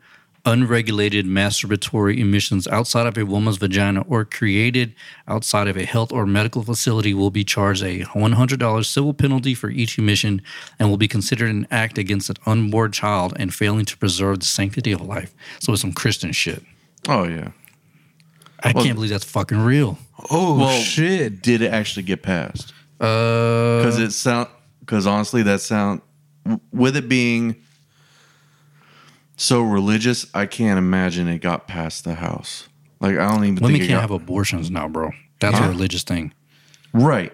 B: unregulated masturbatory emissions outside of a woman's vagina or created outside of a health or medical facility will be charged a $100 civil penalty for each emission and will be considered an act against an unborn child and failing to preserve the sanctity of life. So it's some Christian shit.
C: Oh yeah.
B: I
C: Well-
B: can't believe that's fucking real.
D: Oh
C: Well,
D: shit!
C: Did it actually get passed?
B: Uh,
C: Because it sound. Because honestly, that sound. With it being so religious, I can't imagine it got past the house. Like I don't even
B: women
C: think it
B: can't
C: got,
B: have abortions now, bro. That's a
C: Yeah.
B: religious thing.
C: Right.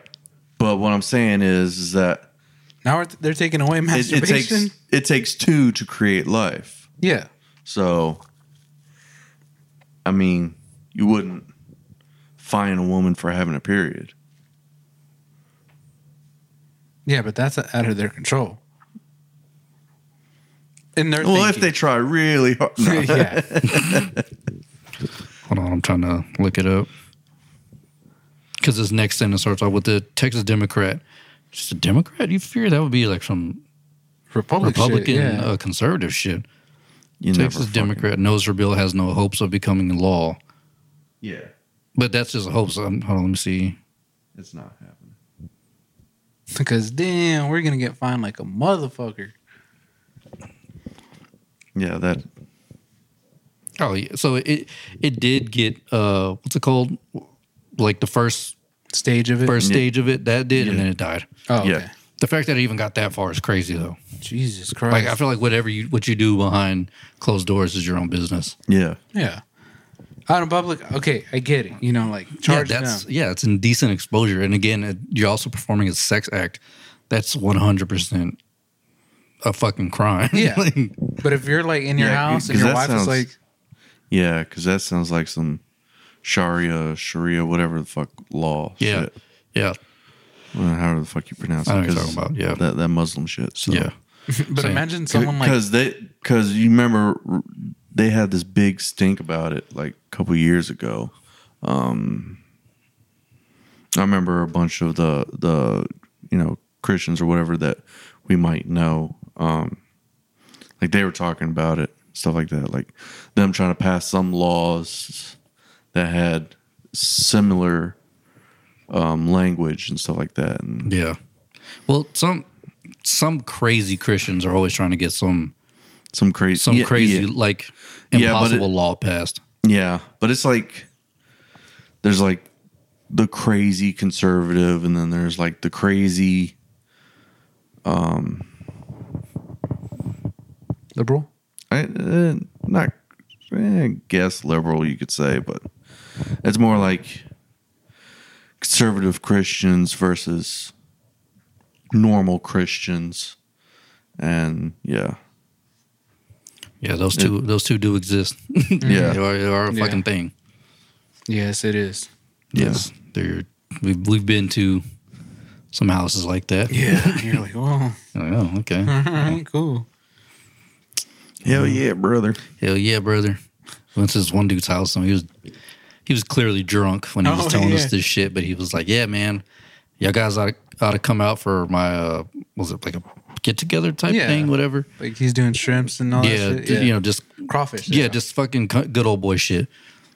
C: But what I'm saying is, is that
D: Now we're- they're taking away
C: It, it
D: masturbation.
C: takes it takes two to create life.
D: yeah.
C: So, I mean, you wouldn't fine a woman for having a period.
D: Yeah, but that's out of their control. And they're
C: Well, if they
D: thinking-
C: try really hard, no.
D: yeah.
B: Hold on, I'm trying to look it up. Because this next sentence starts off with the Texas Democrat. Just a Democrat? You fear that would be like some
D: Republic shit,
B: Republican
D: yeah.
B: uh, conservative shit.
C: you never
B: Texas
C: fucking-
B: Democrat knows her bill has no hopes of becoming law.
C: Yeah,
B: But that's just a hope. So um, hold on, let me see.
C: it's not happening.
D: Because damn, we're gonna get fined like a motherfucker.
C: Yeah, that
B: Oh, yeah. So it it did get uh, what's it called? Like the first
D: Stage of it.
B: first
C: Yeah.
B: stage of it that did, and
C: Yeah.
B: then it died.
D: oh, okay.
C: yeah.
B: The fact that it even got that far is crazy, though.
D: Jesus
B: Like
D: Christ.
B: I feel like whatever you what you do behind closed doors is your own business.
C: yeah.
D: yeah. Out in public, okay, I get it. You know, like charge
B: yeah,
D: them.
B: that's yeah, it's indecent exposure, and again, it, you're also performing a sex act. That's 100 percent a fucking crime.
D: Yeah.
B: Like,
D: But if you're like in your
C: Yeah,
D: house and
C: 'cause
D: your
C: that
D: wife
C: sounds-
D: is like,
C: Yeah, because that sounds like some Sharia, Sharia, whatever the fuck law.
B: yeah,
C: shit.
B: yeah,
C: Well, however the fuck you pronounce it.
B: I know what you're
C: 'cause
B: talking about, yeah.
C: that, that Muslim shit. So.
B: yeah.
D: but
B: Same.
D: imagine someone like,
C: because they because you remember they had this big stink about it like a couple years ago. Um, I remember a bunch of the the you know Christians or whatever that we might know, um, like they were talking about it, stuff like that, like them trying to pass some laws that had similar um, language and stuff like that, and
B: Yeah. Well, some some crazy Christians are always trying to get some
C: some crazy
B: some
C: yeah,
B: crazy
C: yeah.
B: like
C: Yeah, but it-
B: impossible law passed.
C: Yeah, but it's like there's like the crazy conservative, and then there's like the crazy
D: liberal.
C: I, uh, not I guess liberal you could say, but it's more like conservative Christians versus normal Christians, and yeah,
B: Yeah, those two those two do exist.
C: Yeah.
B: they are, they are a
D: Yeah.
B: fucking thing.
D: Yes, it is.
C: Yes.
B: they're we've, we've been to some houses like that.
D: Yeah. you're like, oh,
B: Oh, okay.
D: all right, cool.
C: hell yeah, brother.
B: Hell yeah, brother. Went to this one dude's house and he was he was clearly drunk when he was
D: Oh,
B: telling
D: yeah.
B: us this shit, but he was like, Yeah, man, y'all guys ought ought to come out for my uh was it like a get together type
D: Yeah.
B: thing, whatever.
D: Like he's doing shrimps and all
B: yeah,
D: that shit.
B: d- you know, just
D: crawfish.
B: yeah, just fucking cu- good old boy shit.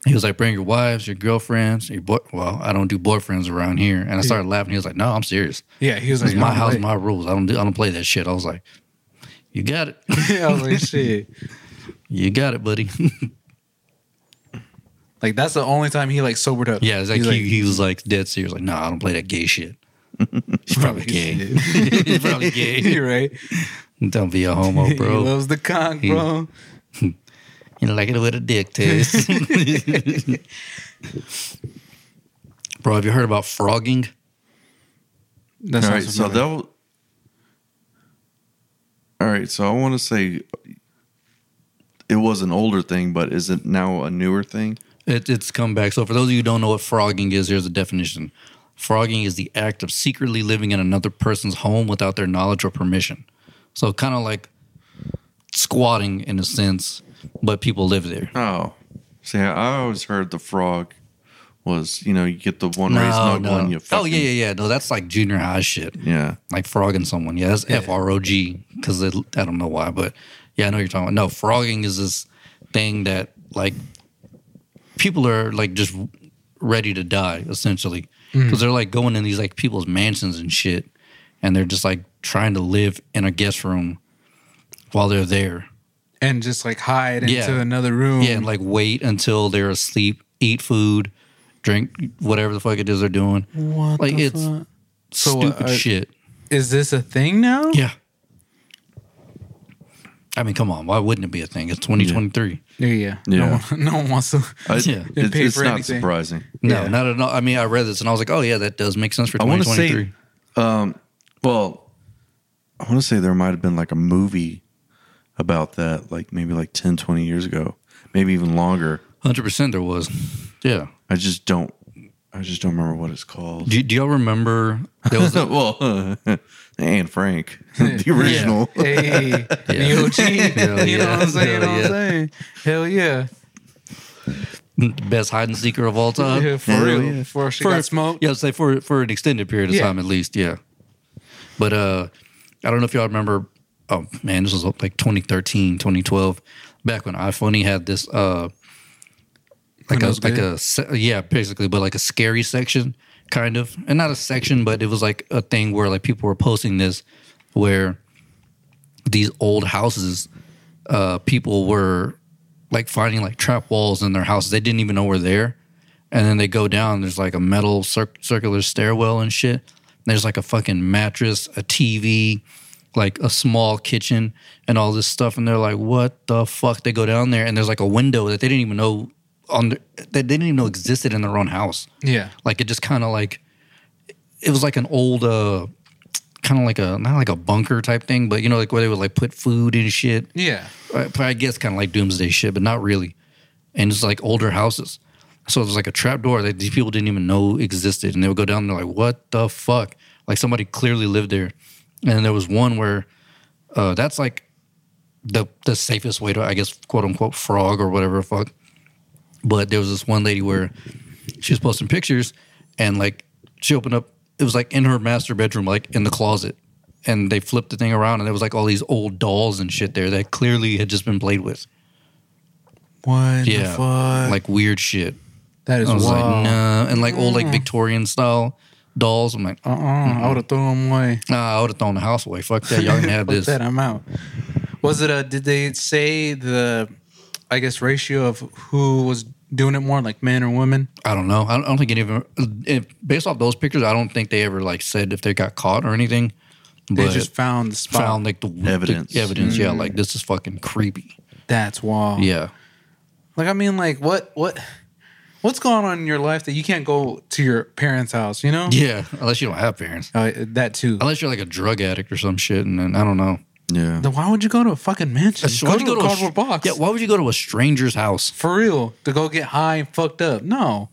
B: He was like, "Bring your wives, your girlfriends, your boy." Well, I don't do boyfriends around here, and I started laughing. He was like, "No, I'm serious.
D: yeah. He was
B: It's
D: like, "Oh,
B: my
D: no
B: house,
D: way.
B: my rules. I don't do, I don't play that shit." I was like, "You got it,
D: yeah, I was like, shit.
B: you got it, buddy."
D: Like that's the only time he like sobered up.
B: yeah, it's like,
D: He's
B: he, he was like dead serious. Like, "No, I don't play that gay shit." He's probably gay. He's probably gay.
D: You're right.
B: Don't be a homo,
D: He
B: bro.
D: loves the cock, bro.
B: You like it with a dick taste, bro. Have you heard about frogging?
D: That's
C: all right, so that was. All right, so I want to say it was an older thing, but is it now a newer thing?
B: It, it's come back. So, for those of you who don't know what frogging is, here's the definition frogging is the act of secretly living in another person's home without their knowledge or permission. So, kind of like squatting in a sense, but people live there.
C: Oh, see, I always heard the frog was you know you get the one raised
B: No,
C: knuckle
B: no.
C: and you
B: Oh,
C: fucking,
B: yeah, yeah, yeah. No, that's like junior high shit.
C: yeah
B: Like frogging someone. Yeah, that's F R O G because I don't know why, but yeah, I know what you're talking about. No, frogging is this thing that like people are like just ready to die essentially
D: Mm.
B: because they're like going in these like people's mansions and shit, and they're just like trying to live in a guest room while they're there.
D: and just like hide
B: Yeah.
D: into another room.
B: Yeah, and like wait until they're asleep, eat food, drink whatever the fuck it is they're doing.
D: what
B: like,
D: the
B: it's-
D: fuck? So, uh,
B: Stupid shit.
D: Is this a thing now?
B: Yeah. I mean, come on. Why wouldn't it be a thing? It's 2023.
D: Yeah, yeah. No,
C: Yeah.
D: one, no one wants to.
C: I,
B: Yeah.
C: it-
D: Didn't pay
C: it's
D: for
C: not
D: anything.
C: surprising.
B: No,
D: Yeah.
B: not at all. I mean, I read this and I was like, oh, yeah, that does make sense for
C: I want to say,
B: 2023.
C: um, well, I want to say there might have been like a movie about that, like maybe like 10, 20 years ago, maybe even longer.
B: Hundred percent, there was. Yeah.
C: I just don't. I just don't remember what it's called.
B: Do, do y'all remember? There was a,
C: well, Anne Frank, the original.
D: Yeah. Hey, the OG.
B: Hell
D: you know
B: yeah.
D: what I'm saying?
B: Hell
D: know what I'm
B: yeah.
D: saying? Hell yeah.
B: best hide and seeker of all time.
D: yeah for
C: hell
D: real.
C: yeah.
D: Before she
B: Uh, for
D: got smoked.
B: Yeah, say for for an extended period of
D: Yeah.
B: time at least. Yeah. But uh, I don't know if y'all remember. Oh man, this was like 2013, 2012, back when iFunny had this uh, like
D: When it
B: a
D: was
B: like
D: good?
B: a se- yeah, basically, but like a scary section kind of, and not a section, but it was like a thing where like people were posting this where these old houses, uh, people were like finding like trap walls in their houses. They didn't even know were there. And then they go down. There's like a metal cir- circular stairwell and shit. There's like a fucking mattress, a TV, like a small kitchen, and all this stuff. And they're like, "What the fuck?" They go down there, and there's like a window that they didn't even know on. The, that they didn't even know existed in their own house.
D: Yeah.
B: Like it just kind of like it was like an old, uh kind of like a not like a bunker type thing, but you know, like where they would like put food and shit.
D: Yeah.
B: I, I guess kind of like doomsday shit, but not really. And it's like older houses. So it was like a trap door that these people didn't even know existed. And they would go down and they're like, what the fuck? Like somebody clearly lived there. And there was one where uh, that's like the the safest way to, I guess, quote unquote, frog or whatever the fuck. But there was this one lady where she was posting pictures and like she opened up, it was like in her master bedroom, like in the closet. And they flipped the thing around and there was like all these old dolls and shit there that clearly had just been played with.
D: What
B: Yeah.
D: the fuck?
B: Like weird shit.
D: that is
B: I was
D: Uh, wild.
B: like, nah. And like old like Victorian style dolls. I'm like,
D: Uh-uh. I would have thrown them away.
B: nah, I would have thrown the house away. Fuck that. Y'all can have
D: Fuck
B: this.
D: that, I'm out. Was it a? Did they say the? I guess ratio of who was doing it more, like men or women?
B: I don't know. I don't, I don't think it even, if, based off those pictures, I don't think they ever like said if they got caught or anything.
D: They
B: But
D: just found Mm. the spot.
B: found like the the
C: Evidence.
B: evidence. Yeah. Like this is fucking creepy.
D: That's wild.
B: Yeah.
D: Like I mean, like what what what's going on in your life that you can't go to your parents' house? You know?
B: Yeah. Unless you don't have parents.
D: Uh, that too.
B: Unless you're like a drug addict or some shit. And then I don't know.
C: Yeah.
D: Then why would you go to a fucking mansion?
B: Why
D: Go
B: would
D: to a
B: str-
D: cardboard box.
B: Yeah. Why would you go to a stranger's house?
D: for real to go get high and fucked up. No,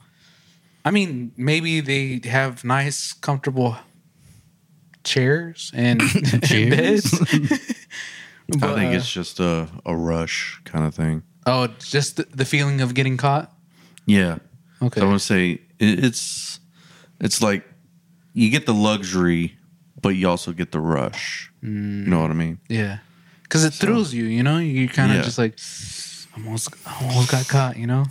D: I mean maybe they have nice, comfortable chairs and
B: Chairs?
D: beds.
C: I
D: uh,
C: think it's just a, a rush kind of thing.
D: oh, just the, the feeling of getting caught.
C: Yeah.
D: Okay,
C: So I want to say it, it's it's like you get the luxury, but you also get the rush. You know what I mean?
D: yeah, because it thrills you. You know, you kind of
C: Yeah.
D: just like almost, I almost got caught. You know,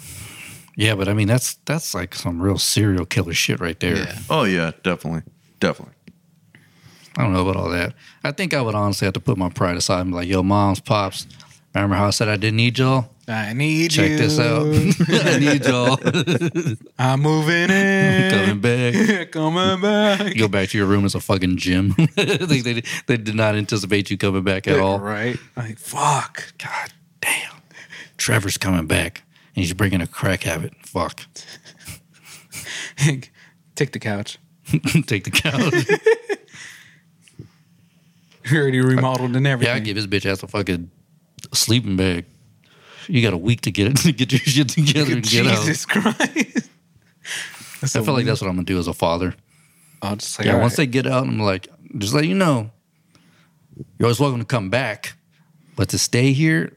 B: Yeah, but I mean that's that's like some real serial killer shit right there.
D: Yeah.
C: Oh yeah, definitely, definitely.
B: I don't know about all that. I think I would honestly have to put my pride aside and be like, yo, moms, pops, remember how I said I didn't need y'all?
D: I need
B: Check
D: you.
B: this out. I need y'all.
D: I'm moving in.
B: Coming back.
D: Coming back.
B: Go back to your room. It's a fucking gym. they, they, they did not anticipate you coming back at all.
D: Right? Like fuck.
B: God damn. Trevor's coming back and he's bringing a crack habit. Fuck.
D: Take the couch.
B: Take the couch.
D: We already remodeled and everything.
B: Yeah, I give his bitch ass a fucking sleeping bag. You got a week to get it to get your shit together and get out.
D: Jesus Christ. That's
B: I feel like that's what I'm gonna do as a father.
D: I'll just like,
B: Yeah,
D: all
B: once
D: right.
B: they get out, I'm like, just let you know, you're always welcome to come back, but to stay here,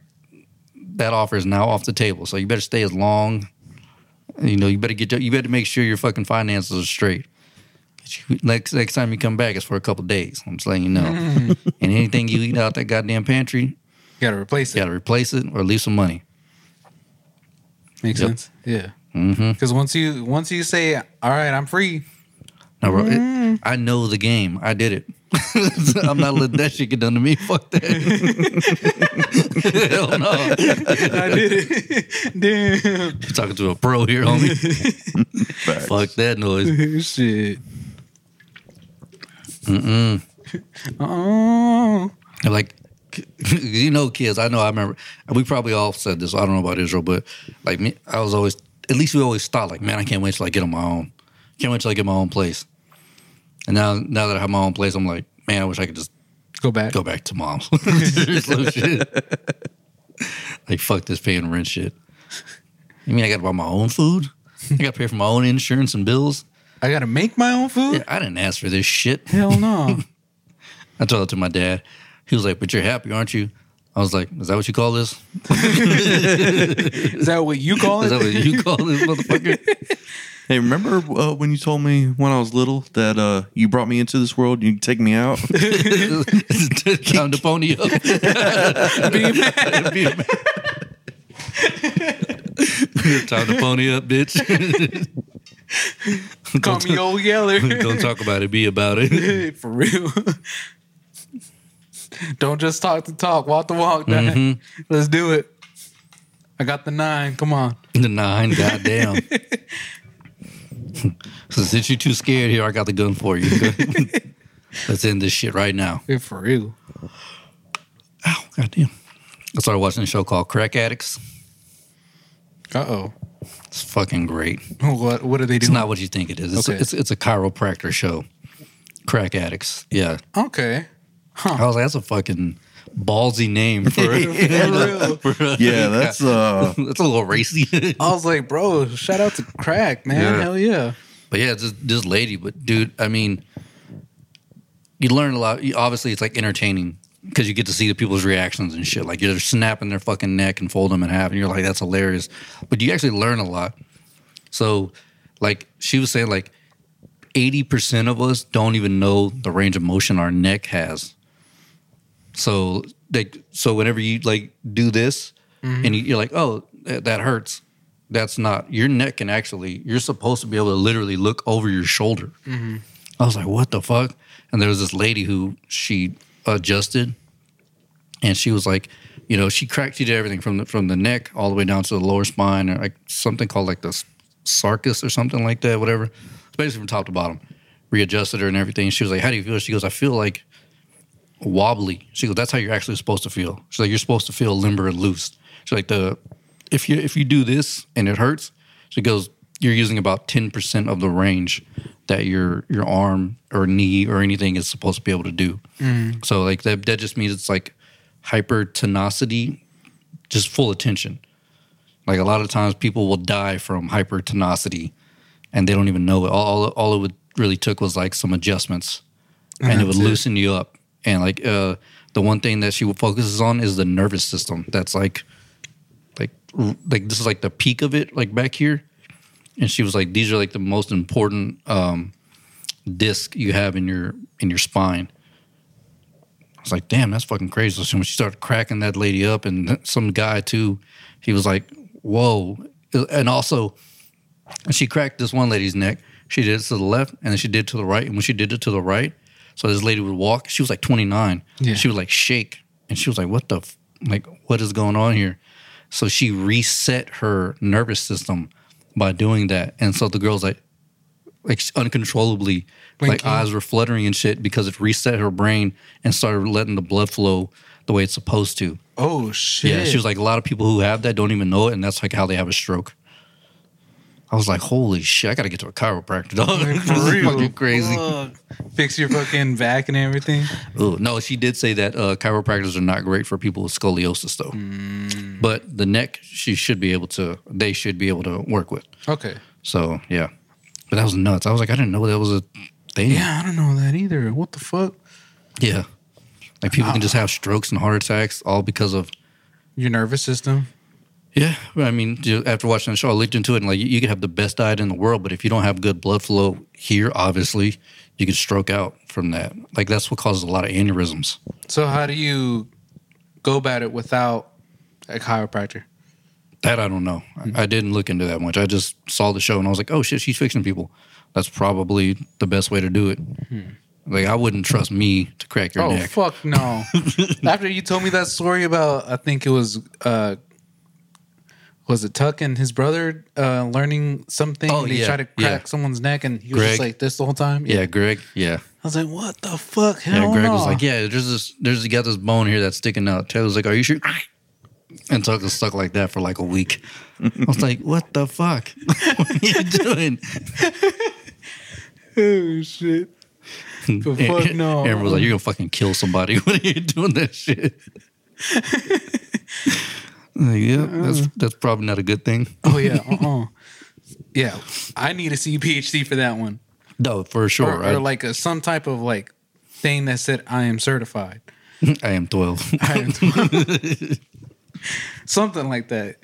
B: that offer is now off the table. So you better stay as long. You know, you better get your, you better make sure your fucking finances are straight. Next next time you come back, it's for a couple days. I'm just letting you know. and anything you eat out that goddamn pantry,
D: you gotta replace it.
B: you gotta replace it or leave some money.
D: Makes
B: Yep.
D: sense. Yeah.
B: Mm-hmm.
D: Because once you once you say, all right, I'm free.
B: No, bro, it- I know the game. I did it. I'm not letting that shit get done to me. Fuck that. Hell no.
D: I did it. Damn.
B: You're talking to a pro here, homie.
C: Facts.
B: Fuck that noise.
D: Shit.
B: Mm-mm.
D: Oh.
B: They're Like, you know, kids, I know, I remember, and we probably all said this. I don't know about Israel, but like me, I was always, at least we always thought, like, man, I can't wait till I get on my own. Can't wait till I get my own place. And now, now that I have my own place, I'm like, man, I wish I could just
D: Go back.
B: Go back to mom. Some shit. Like fuck this paying rent shit. You mean I got to buy my own food? I got to pay for my own insurance and bills.
D: I gotta make my own food.
B: Yeah, I didn't ask for this shit.
D: Hell no.
B: I told it to my dad. He was like, "But you're happy, aren't you?" I was like, "Is that what you call this?
D: Is that what you call
B: Is that
D: it?
B: what you call this, motherfucker?"
C: Hey, remember uh, when you told me when I was little that uh, you brought me into this world, you take me out?
B: It's Time to pony up.
D: Being mad.
B: Be a man. Time to pony up, bitch.
D: Call me old yeller.
B: Don't talk about it. Be about it.
D: For real. Don't just talk the talk, walk the walk. Dad.
B: Mm-hmm.
D: Let's do it. I got the nine. Come on.
B: The nine, goddamn. so since you're too scared here, I got the gun for you. Let's end this shit right now.
D: Yeah, for real.
B: Ow, goddamn. I started watching a show called Crack Addicts.
D: Uh oh.
B: It's fucking great.
D: What What are they
B: It's
D: doing?
B: not what you think it is. It's,
D: Okay.
B: it's, it's a chiropractor show. Crack Addicts. Yeah.
D: okay.
B: I was like, that's a fucking ballsy name for, for, for
C: yeah, that's uh,
B: that's a little racy.
D: I was like, bro, shout out to crack, man.
B: Yeah.
D: Hell yeah.
B: But yeah, this, this lady, but dude, I mean, you learn a lot. You- Obviously, it's like entertaining because you get to see the people's reactions and shit. Like you're snapping their fucking neck and fold them in half, and you're like, that's hilarious. But you actually learn a lot. So, like she was saying, like eighty percent of us don't even know the range of motion our neck has. So, like, so whenever you like do this, and you- you're like, oh, that, that hurts. That's not your neck can actually. You're supposed to be able to literally look over your shoulder. I was like, what the fuck? And there was this lady who she adjusted, and she was like, you know, she cracked. She did everything from the from the neck all the way down to the lower spine, or like something called like the s- sarcus or something like that, whatever. It's basically from top to bottom. Readjusted her and everything. She was like, how do you feel? She goes, I feel like wobbly. She goes, that's how you're actually supposed to feel. She's like, you're supposed to feel limber and loose. She's like, the if you if you do this and it hurts, she goes, you're using about ten percent of the range that your your arm or knee or anything is supposed to be able to do. So like that that just means it's like hyper tenacity, just full attention. Like a lot of times people will die from hyper tenacity and they don't even know it. All all, all it would really took was like some adjustments and it would loosen you up. And like uh, the one thing that she focuses on is the nervous system. That's like, like, r- like this is like the peak of it, like back here. And she was like, these are like the most important um, disc you have in your in your spine. I was like, damn, that's fucking crazy. So when she started cracking that lady up, and th- some guy too, he was like, whoa. And also, and she cracked this one lady's neck. She did it to the left, and then she did it to the right. And when she did it to the right, so this lady would walk. She was like 29.
D: Yeah.
B: She would like shake, and she was like, "What the, f- like, what is going on here?" So she reset her nervous system by doing that, and so the girl's like, like she uncontrollably, like
D: Blinking.
B: eyes were fluttering and shit because it reset her brain and started letting the blood flow the way it's supposed to.
D: Oh, shit.
B: Yeah, she was like, a lot of people who have that don't even know it, and that's like how they have a stroke. I was like, holy shit, I gotta get to a chiropractor, dog.
D: for real.
B: fucking crazy.
D: Fuck. Fix your fucking back and everything.
B: Ooh, no, she did say that uh, chiropractors are not great for people with scoliosis, though.
D: Mm.
B: But the neck, she should be able to, they should be able to work with.
D: Okay.
B: So, yeah. But that was nuts. I was like, I didn't know that was a thing.
D: Yeah, I don't know that either. What the fuck?
B: Yeah. Like people can just have strokes and heart attacks all because of
D: Your nervous system.
B: Yeah, I mean, ju- after watching the show, I looked into it and like you, you could have the best diet in the world, but if you don't have good blood flow here, obviously, you could stroke out from that. Like that's what causes a lot of aneurysms.
D: So how do you go about it without a chiropractor?
B: That I don't know. I, I didn't look into that much. I just saw the show and I was like, oh shit, she's fixing people. That's probably the best way to do it. Like I wouldn't trust me to crack your
D: oh
B: neck.
D: fuck no! After you told me that story about, I think it was, uh was it Tuck and his brother uh learning something?
B: Oh,
D: and they
B: yeah,
D: tried to
B: yeah.
D: crack someone's neck, and he was just
B: Greg.
D: like this the whole time.
B: yeah, Greg. Yeah.
D: I was like, what the fuck? Hell
B: Yeah, Greg
D: no.
B: was like, "Yeah, there's this, there's you got this bone here that's sticking out." Taylor was like, "Are you sure?" And Tuck was stuck like that for like a week. I was like, "What the fuck? what are you doing?"
D: oh shit. But fuck no.
B: Everyone was like, "You're gonna fucking kill somebody when you're doing that shit." Like, yeah, that's that's probably not a good thing.
D: Uh-huh. Oh yeah. Uh-uh. Yeah. I need a CPHD for that one.
B: No, for sure.
D: Or, or like a, some type of like thing that said I am certified.
B: I am twelve.
D: I am Something like that.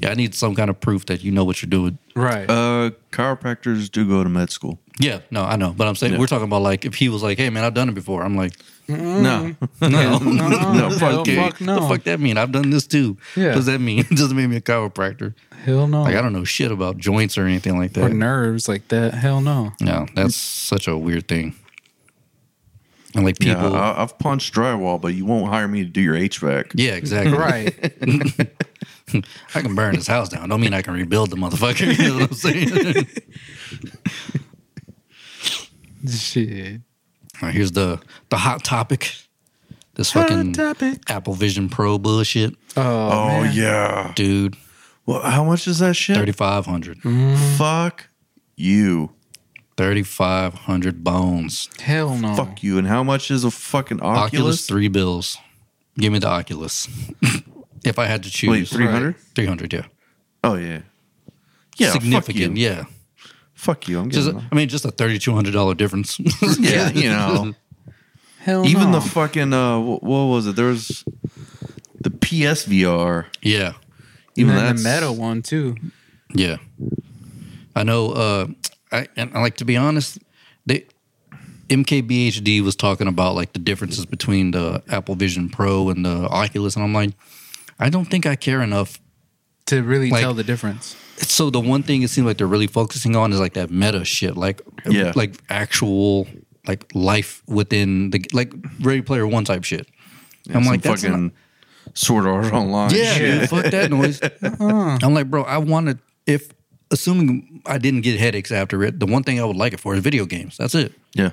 B: yeah, I need some kind of proof that you know what you're doing.
D: Right.
C: Uh, chiropractors do go to med school.
B: Yeah, no, I know, but I'm saying
C: Yeah.
B: we're talking about like if he was like, "Hey, man, I've done it before." I'm like,
C: No,
B: "No,
D: no, no,
C: no,
D: hell
C: fuck it.
D: Oh, fuck
B: What
D: no.
B: the fuck that mean? I've done this too.
D: Yeah.
B: What does that mean? It doesn't make me a chiropractor.
D: Hell no.
B: Like I don't know shit about joints or anything like
D: or
B: that.
D: nerves like that. Hell no.
B: No, that's such a weird thing. And like people,
C: Yeah,
B: yeah,
C: I, I've punched drywall, but you won't hire me to do your HVAC.
B: exactly.
D: Right.
B: I can burn his house down. Don't mean I can rebuild the motherfucker. You know what I'm saying?
D: Shit.
B: All right, here's the the hot topic. This fucking
D: topic.
B: Apple Vision Pro bullshit,
D: Oh,
C: Oh
D: man.
C: yeah.
B: dude.
C: Well, how much is that shit?
B: Thirty five hundred.
D: Mm-hmm.
C: Fuck you.
B: Thirty five hundred bones.
D: Hell no.
C: Fuck you. And how much is a fucking
B: Oh. Oculus?
C: Oculus?
B: three bills. Give me the Oculus. if I had to choose,
C: Wait, three hundred?
B: three hundred, yeah,
C: Oh yeah. Yeah.
B: significant,
C: Fuck you.
B: yeah.
C: Fuck you. I'm
B: Just,
C: getting.
B: I mean, just a thirty two hundred dollar difference.
C: yeah, you know.
D: Hell
C: Even
D: no.
C: the fucking uh, wh- what was it? There was the PSVR.
B: yeah,
D: And
C: Even
D: then the
C: that's-
D: meta one too.
B: yeah. I know. Uh, I and I like to be honest. They MKBHD was talking about like the differences between the Apple Vision Pro and the Oculus, and I'm like, I don't think I care enough
D: To really
B: Like-
D: tell the difference.
B: so the one thing it seems like they're really focusing on is like that meta shit, like
C: Yeah.
B: like actual like life within the like Ready Player One type shit. I'm
C: some
B: like, that's
C: fucking Sword Art Online.
B: yeah,
C: shit.
B: dude, fuck that noise. I'm like, bro, I wanted if assuming I didn't get headaches after it, the one thing I would like it for is video games. That's it.
C: yeah.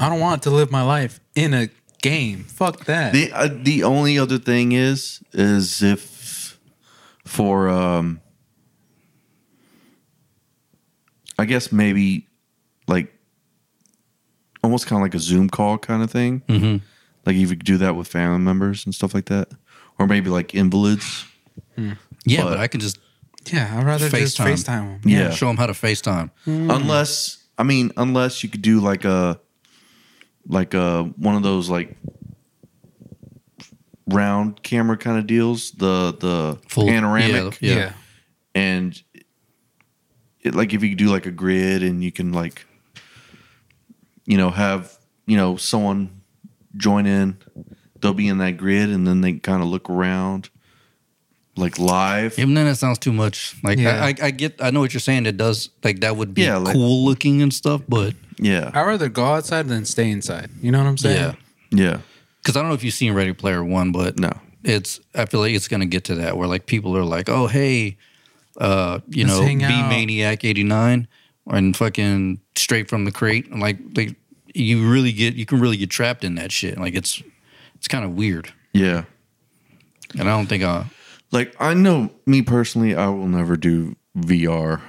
D: I don't want to live my life in a game. Fuck that.
C: The uh, the only other thing is is if for um I guess maybe like almost kind of like a Zoom call kind of thing.
B: Mhm.
C: Like if you could do that with family members and stuff like that, or maybe like invalids.
B: Yeah, but,
C: But-
B: I can just
D: yeah, I'd rather just
B: FaceTime.
D: FaceTime them.
B: yeah,
C: Yeah.
B: show them how to FaceTime.
C: Unless I mean, unless you could do like a like a one of those like round camera kind of deals, the the
B: Full-
C: panoramic.
B: Yeah.
D: yeah.
C: and it, like if you do like a grid and you can like you know have you know someone join in they'll be in that grid and then they kind of look around like live
B: Even then, that sounds too much. Like
D: Yeah.
B: I, I, I get, I know what you're saying. It does like that would be
C: Yeah, like-
B: cool looking and stuff, but
C: yeah
D: I'd rather go outside than stay inside. You know what I'm saying?
B: yeah.
C: yeah
B: Because I don't know if you've seen Ready Player One, but
C: no
B: it's I feel like it's gonna get to that where like people are like, oh hey, uh, you
D: Let's
B: know, B
D: hang out.
B: Maniac eighty nine and fucking straight from the crate. And like like you really get you can really get trapped in that shit. Like it's it's kind of weird.
C: yeah
B: And I don't think uh, I
C: like i know me personally i will never do vr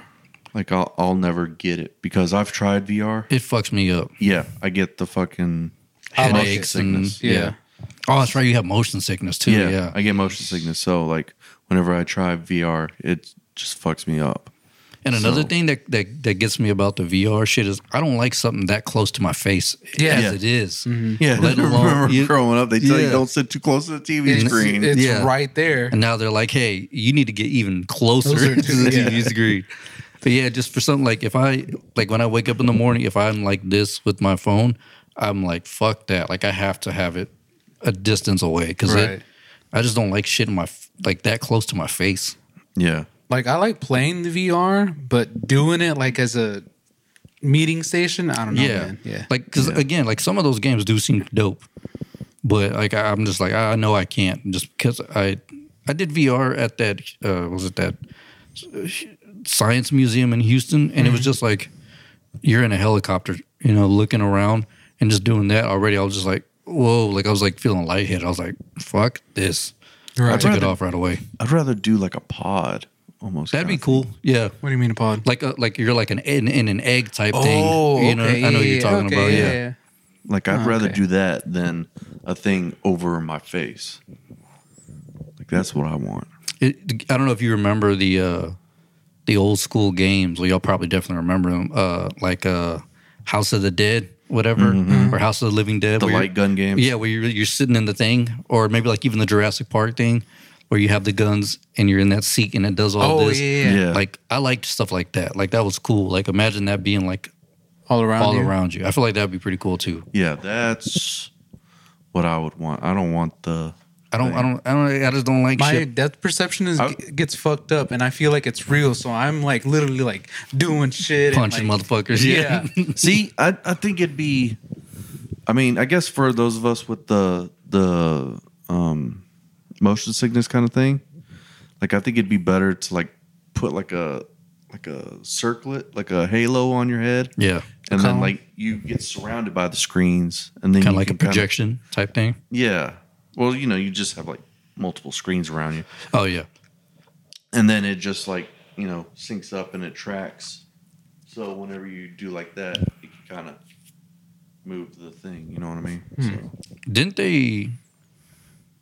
C: like i'll, I'll never get it because i've tried vr
B: it fucks me up.
C: yeah i get the fucking
D: I like
C: motion
D: it.
B: Headaches and
C: sickness
D: Yeah.
B: Oh, that's right. You have motion sickness too.
C: yeah,
B: Yeah.
C: I get motion sickness. So like whenever I try VR, it just fucks me up.
B: And another
C: So-
B: thing that, that that gets me about the VR shit is I don't like something that close to my face
D: Yeah.
B: as
D: Yeah. Mm-hmm.
B: it is.
C: Yeah,
B: Let alone-
C: remember
B: you-
C: growing up, they tell
B: yeah.
C: you don't sit too close to the TV
D: It's,
C: screen.
D: it's
B: Yeah.
D: right there.
B: And now they're like, hey, you need to get even closer
D: Those are
B: to the
D: two- yeah.
B: TV screen. But yeah, just for something like if I like when I wake up in the morning, if I'm like this with my phone, I'm like, fuck that. Like I have to have it a distance away because
D: Right.
B: I just don't like shit in my f- like that close to my face.
C: yeah,
D: Like I like playing the VR, but doing it like as a meeting station, I don't know,
B: yeah,
D: Oh, man. Yeah.
B: Like because
C: Yeah.
B: again, like some of those games do seem dope, but like I, I'm just like I know I can't just because I I did VR at that uh, was it that uh, science museum in Houston, and it was just like you're in a helicopter, you know, looking around and just doing that already. I was just like, whoa, like I was like feeling lightheaded. I was like, fuck this. I
D: Right.
B: took it
C: Right.
B: off right away.
C: I'd rather do like a pod almost.
B: That'd be
C: kinda thing.
B: cool. Yeah,
D: What do you mean a pod?
B: like a, like you're like an in, in an egg type thing. you know, I know what you're talking
D: Oh, okay,
B: about. Yeah.
C: Like I'd
D: Oh,
C: rather
D: okay.
C: do that than a thing over my face. Like that's what I want.
B: It, I don't know if you remember the uh, the old school games. Well, y'all probably definitely remember them. Uh, like uh, House of the Dead, whatever, or House of the Living Dead.
C: Mm-hmm. The
B: where
C: light gun games.
B: Yeah, where you're, you're sitting in the thing, or maybe like even the Jurassic Park thing, where you have the guns and you're in that seat and it does all
D: Oh
B: this.
D: yeah, yeah.
C: Yeah.
B: Like I liked stuff like that. Like that was cool. Like imagine that being like
D: All around.
B: all
D: you.
B: around you. I feel like that'd be pretty cool too.
C: Yeah, that's what I would want. I don't want the
B: I don't. I don't. I don't. I just don't like
D: My
B: shit.
D: depth perception is
C: I-
D: gets fucked up, and I feel like it's real. So I'm like literally like doing shit,
B: Punching
D: and, like,
B: motherfuckers. Yeah.
C: See, I, I think it'd be I mean, I guess for those of us with the the um motion sickness kind of thing, like I think it'd be better to like put like a like a circlet, like a halo on your head.
B: yeah.
C: And
D: Column.
C: then like you get surrounded by the screens and then
B: Kind
C: you
B: of like a
C: can kinda-
B: projection type thing.
C: yeah. Well, you know, you just have like multiple screens around you.
B: Oh yeah.
C: and then it just like you know syncs up and it tracks so whenever you do like that it can kind of move the thing you know what i mean
B: Hmm.
C: so,
B: Didn't they?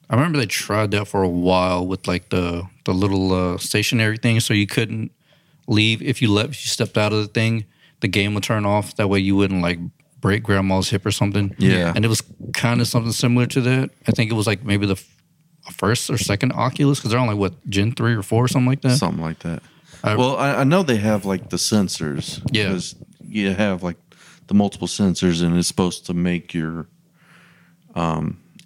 B: I remember they tried that for a while with like the the little uh, stationary thing, so you couldn't leave if you left. If you stepped out of the thing, the game would turn off. That way, you wouldn't like break grandma's hip or something.
C: Yeah.
B: and it was kind of something similar to that. I think it was like maybe the f- first or second Oculus because they're only what Gen three or four, or something like that.
C: something like that
B: I-
C: well I, I know they have like the sensors
B: Yeah.
C: because you have like the multiple sensors and it's supposed to make your um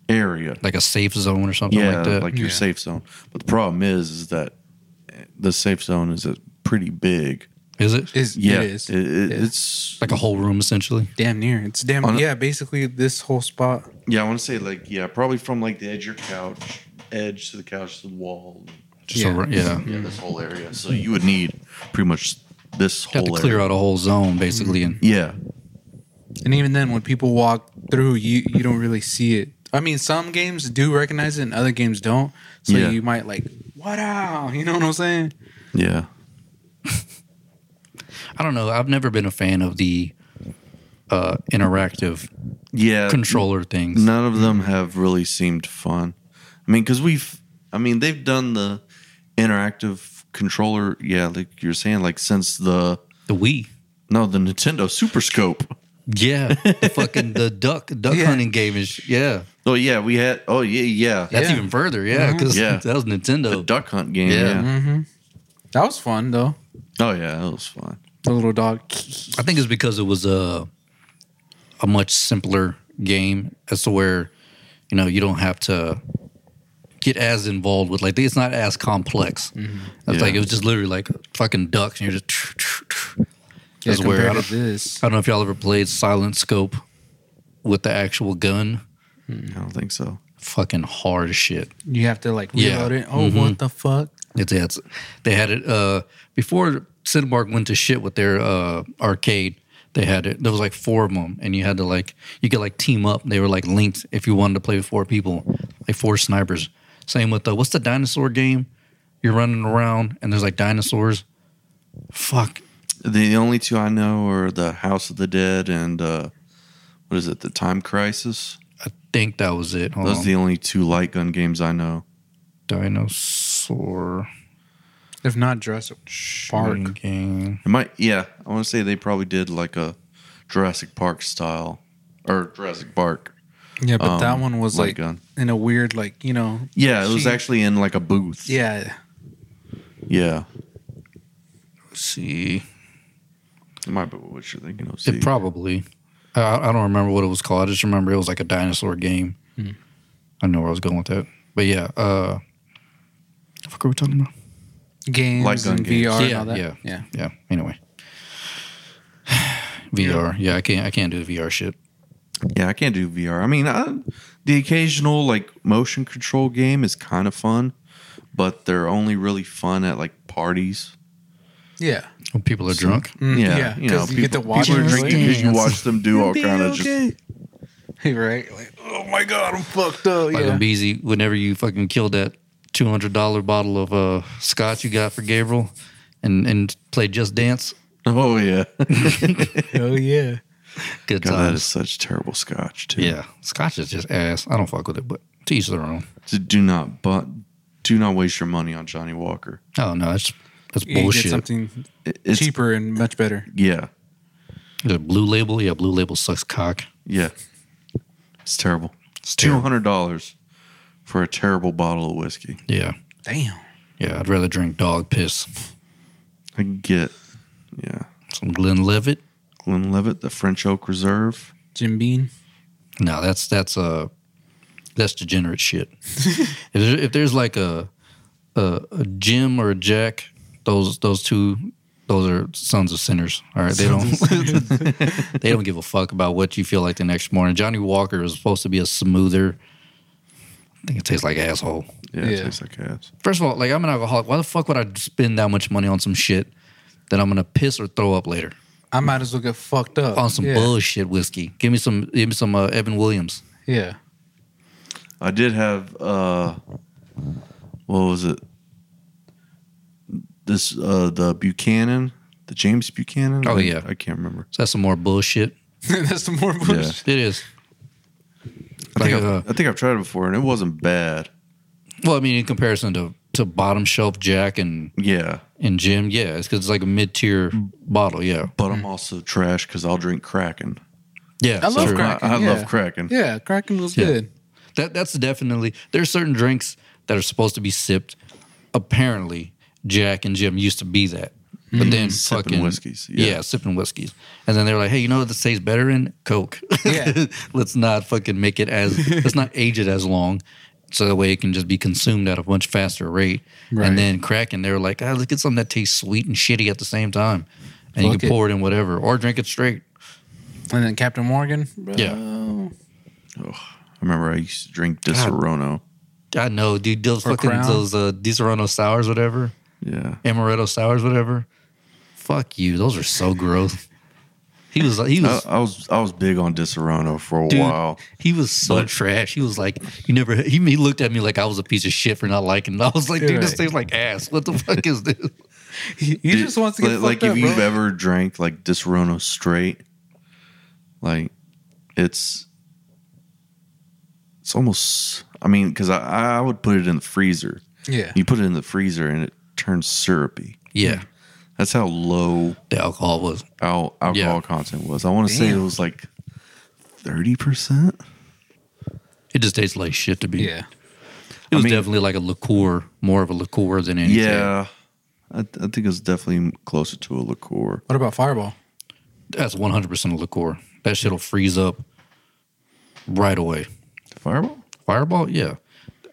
C: area
B: like a safe zone or something
C: yeah
B: like
C: like,
B: that.
C: your
D: Yeah.
C: safe zone but the problem is is that the safe zone is uh, pretty big
B: is it?
D: Is
C: yeah
D: it is
C: it- it-
D: Yeah.
C: it's
B: like a whole room essentially.
D: damn near. It's damn
C: On a-
D: yeah. Basically, this whole spot.
C: Yeah, I want to say like yeah, probably from like the edge of your couch, edge to the couch to the wall.
B: Just
D: Yeah.
B: yeah. yeah.
C: Yeah, this whole area. So you would need pretty much this
B: Have
C: whole
B: to
C: area.
B: clear out a whole zone basically, and
C: Yeah,
D: And even then, when people walk through, you you don't really see it. I mean, some games do recognize it, and other games don't. So
C: Yeah.
D: you might like, what out? You know what I'm saying?
C: yeah.
B: I don't know. I've never been a fan of the uh, interactive
C: Yeah.
B: controller things.
C: None of them have really seemed fun. I mean, because we've, I mean, they've done the interactive controller. Yeah, like you're saying, like since the
B: The Wii.
C: no, the Nintendo Super Scope.
B: Yeah, the fucking the duck duck
D: Yeah.
B: hunting game is yeah.
C: Oh yeah, we had. Oh yeah, yeah.
B: That's
D: Yeah.
B: even further, yeah, because
C: Yeah.
B: that was
C: The
B: Nintendo.
C: duck hunt game.
B: Yeah.
C: Yeah.
D: Mm-hmm. That was fun though.
C: Oh yeah, that was fun.
D: The little dog.
B: I think it's because it was a a much simpler game as to where you know you don't have to get as involved with like it's not as complex.
D: Mm-hmm.
B: It's
C: Yeah.
B: like it was just literally like fucking ducks, and you're just. That's
D: yeah,
B: where
D: compared
B: I
D: to this.
B: I don't know if y'all ever played Silent Scope with the actual gun.
C: I don't think so.
B: Fucking hard as shit.
D: You have to like
B: Yeah.
D: reload it.
C: Mm-hmm.
D: Oh, what the fuck?
B: It's, it's they had it uh, before Cinemark went to shit with their uh, arcade. They had it. There was like four of them, and you had to like you could like team up. They were like linked if you wanted to play with four people, like four snipers. Same with the what's the dinosaur game? You're running around and there's like dinosaurs. Fuck,
C: The only two I know are the House of the Dead and uh, what is it, the Time Crisis.
B: I think that was it. Hold
C: Those are
B: on.
D: Uh-huh.
C: the only two light gun games I know.
B: dinosaur
D: If not Jurassic Park.
B: shooting game.
C: It might, yeah, I want to say they probably did like a Jurassic Park style or Jurassic Park
D: Yeah, but that
C: um,
D: one was
C: light
D: like
C: gun.
D: in a weird like you know.
C: Yeah, it was
D: she-
C: actually in like a booth.
D: Yeah,
C: yeah,
B: Let's see.
C: it might be what you're thinking of.
B: It probably. I, I don't remember what it was called. I just remember it was like a dinosaur game. I know where I was going with that. But yeah, uh, the fuck are we talking about?
D: games
C: Light gun
D: and
C: games.
D: VR and
B: Yeah,
D: all that.
B: yeah.
D: yeah.
B: Yeah. Anyway, VR. Yeah. I can't. I can't do the VR shit.
C: yeah, I can't do VR. I mean, I, the occasional like motion control game is kind of fun, but they're only really fun at like parties.
D: Yeah.
B: When people are drunk.
D: Mm,
C: Yeah,
D: yeah,
C: you know,
D: because you get to watch
C: people are
D: it and
C: drinking
D: like,
C: because you watch them do all
D: be
C: kind of just
D: okay. Hey, right? Like, oh my god, I'm fucked up.
B: Like
D: yeah.
B: on Beezy, whenever you fucking killed that two hundred dollar bottle of uh, scotch you got for Gabriel, and and play Just Dance.
C: Oh yeah,
D: Oh yeah.
B: Good
C: God, that
B: times.
C: is such terrible scotch too.
B: yeah, scotch is just ass. I don't fuck with it, but to each their own.
C: So do not but do not waste your money on Johnny Walker.
B: Oh no, it's it's
D: You can get
B: bullshit.
D: something
C: It- It's,
D: cheaper and much better.
C: Yeah,
B: The blue label, yeah, blue label sucks cock.
C: yeah. It's terrible.
B: It's
C: Two
B: terrible.
C: hundred dollars for a terrible bottle of whiskey.
B: Yeah,
D: Damn.
B: yeah. I'd rather drink dog piss.
C: I can get yeah.
B: Some Glenlivet.
C: Glenlivet, the French Oak Reserve.
D: Jim Bean.
B: No, that's that's uh that's degenerate shit. if, there, if there's like a, a a Jim or a Jack, those those two those are sons of sinners. All right, they don't they don't give a fuck about what you feel like the next morning. Johnny Walker is supposed to be a smoother. I think it tastes like asshole.
C: Yeah, it
D: Yeah.
C: tastes like ass.
B: First of all, like I'm an alcoholic. Why the fuck would I spend that much money on some shit that I'm gonna piss or throw up later?
D: I might as well get fucked up.
B: On some
D: yeah.
B: bullshit whiskey. Give me some. Give me some uh, Evan Williams.
D: Yeah.
C: I did have uh what was it? This uh the Buchanan, the James Buchanan.
B: Oh,
C: I-
B: yeah.
C: I can't remember.
B: So that's some more bullshit.
D: That's some more bullshit.
B: It is.
C: I think,
B: Like,
C: I've,
B: uh,
C: I think I've tried it before and it wasn't bad.
B: Well, I mean, in comparison to to bottom shelf Jack and
C: Yeah,
B: and Jim, yeah, it's because it's like a mid tier bottle. Yeah,
C: but I'm also trash because I'll drink Kraken.
B: yeah,
D: I love
B: sure.
D: Kraken.
C: I, I love
D: yeah.
C: Kraken.
D: Yeah. Kraken was
B: Yeah.
D: good.
B: That that's definitely there's certain drinks that are supposed to be sipped. Apparently, Jack and Jim used to be that,
D: Mm-hmm.
B: but then
C: Sipping
B: fucking
C: whiskeys,
B: yeah.
C: yeah.
B: sipping whiskeys, and then they were like, hey, you know what this tastes better in Coke?
D: Yeah.
B: let's not fucking make it as let's not age it as long. So that way it can just be consumed at a much faster rate.
D: Right.
B: And then Kraken, they were like, ah, let's get something that tastes sweet and shitty at the same time. And you
D: Fuck
B: can
D: it.
B: pour it in whatever or drink it straight.
D: And then Captain Morgan. bro.
B: Yeah.
C: I remember I used to drink Disaronno.
B: I know, dude, those
D: Or
B: fucking
D: Crown.
B: those uh Disaronno sours, whatever.
C: Yeah,
B: amaretto sours, whatever. Fuck you. Those are so gross. He was he
C: I,
B: was
C: I was I was big on Disaronno for a
B: Dude.
C: while.
B: he was so
C: But-
B: trash. He was like, you never. He, he looked at me like I was a piece of shit for not liking. It. I was like, dude, this
D: Right.
B: tastes like ass. What the fuck is this?
D: He, he
C: Dude,
D: just wants to get
C: li-
D: fucked
C: like
D: up.
C: if you've
D: bro.
C: ever drank like Disaronno straight, like it's it's almost. I mean, because I I would put it in the freezer.
D: yeah.
C: You put it in the freezer and it turns syrupy.
B: Yeah,
C: That's how low
B: the alcohol was.
C: al- alcohol
B: Yeah.
C: content was. I want to say it
D: Damn.
C: was like thirty percent.
B: It just tastes like shit to me.
D: Yeah.
B: it was
C: mean-
B: definitely like a liqueur, more of a liqueur than anything.
C: Yeah, I, th- I think it was definitely closer to a liqueur.
D: What about Fireball?
B: that's one hundred percent a liqueur. That shit'll freeze up right away.
C: Fireball.
B: Fireball, yeah.